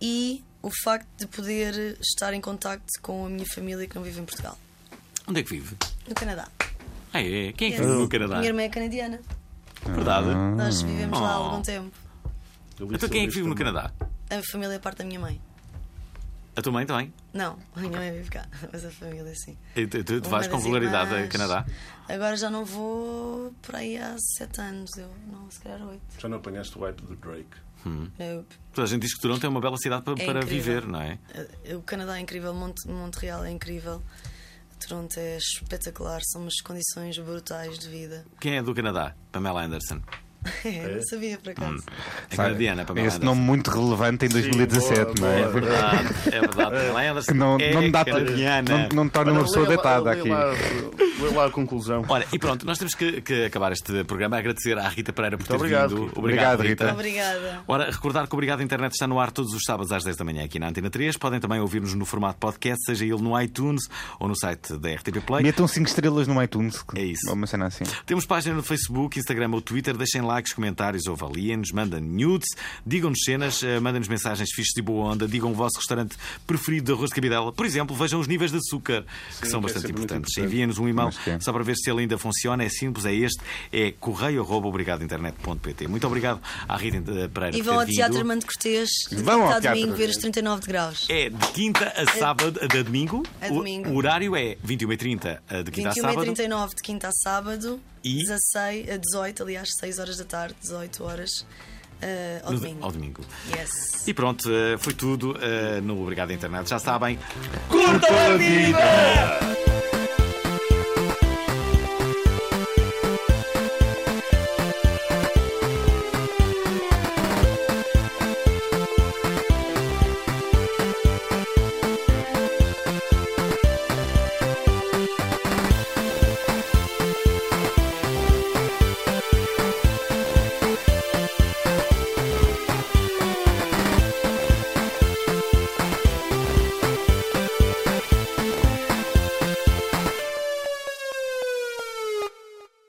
E: e o facto de poder estar em contacto com a minha família que não vive em Portugal,
A: Onde é que vive?
E: no Canadá.
A: Ah, é? Quem é que
E: Yes.
A: vive no Canadá?
E: Minha irmã é canadiana,
A: Verdade.
E: nós vivemos lá há
A: Oh.
E: algum tempo.
C: Eu li
A: Então
C: sobre
A: quem é que
C: isto
A: vive no
C: também.
A: Canadá?
E: A família é parte da minha mãe.
A: A tua mãe também?
E: Não, a minha mãe vive cá, <laughs> mas a família sim.
A: E Tu, tu- tu
E: Uma
A: vais com
E: das
A: regularidade ao
E: irmãs.
A: Canadá?
E: Agora já não vou por aí há sete anos, eu não, se calhar oito.
C: Já não apanhaste o hype do Drake.
E: Eu-
A: Toda a gente diz que Toronto é uma bela cidade para, para
E: incrível.
A: viver, não é?
E: eu- O Canadá é incrível, Monte, Montreal é incrível, Toronto é espetacular, são umas condições brutais de vida. <laughs>
A: Quem é do Canadá? Pamela Anderson.
E: não sabia por acaso.
A: É canadiana, Pamela
B: Esse
A: Anderson.
B: nome muito relevante em 2017, não
C: boa,
B: é?
A: É verdade,
B: <laughs>
A: é verdade. Pamela Anderson
B: Que não,
A: é
B: não, me dá,
A: canadiana.
B: não, não me torna uma
C: Olha,
B: pessoa
C: leia lá-
B: datada
C: leia
B: aqui.
C: lá- Leia lá a conclusão.
A: Ora, e pronto, nós temos que, que acabar este programa. Agradecer à Rita Pereira por ter
C: Muito obrigado,
A: vindo.
C: Rita.
B: Obrigado,
A: Hum.
B: Rita.
E: Obrigada.
A: Ora, recordar que o Obrigado Internet está no ar todos os sábados às 10 da manhã aqui na Antena 3. Podem também ouvir-nos no formato podcast, seja ele no iTunes ou no site da RTP Play.
B: Metam 5 estrelas no iTunes.
A: É isso.
B: Uma cena assim.
A: Temos página no Facebook, Instagram ou Twitter. Deixem likes, comentários ou avaliem-nos. Mandem nudes, digam-nos cenas, eh, mandem-nos mensagens fixas de boa onda. Digam o vosso restaurante preferido de arroz de cabidela. Por exemplo, vejam os níveis de açúcar, que são
C: que é
A: bastante
C: sempre muito
A: importantes.
C: importante.
A: Enviem-nos um e-mail
B: Mas que é.
A: só para ver se ele ainda funciona. É simples, é este. É correio.obrigadointernet.pt Muito obrigado à Rita eh, Pereira
E: E
A: por
E: vão
A: ter
E: ao Teatro
A: vindo.
E: Armando Cortês, de
B: Vão ao
E: quinta a
B: Teatro
E: domingo, ver os
B: Armando.
E: 39 de graus.
A: É de quinta a sábado, a domingo.
E: A
A: O-
E: domingo.
A: O horário é 21h30 a de quinta a sábado.
E: 21h39 de quinta a sábado,
A: E?
E: 16, a 18, aliás, 6 horas da tarde, 18 horas, eh, ao
A: No-
E: domingo.
A: Ao domingo.
E: Yes.
A: E pronto, eh, foi tudo eh, no Obrigado Internet. Já sabem,
B: Curta a vida!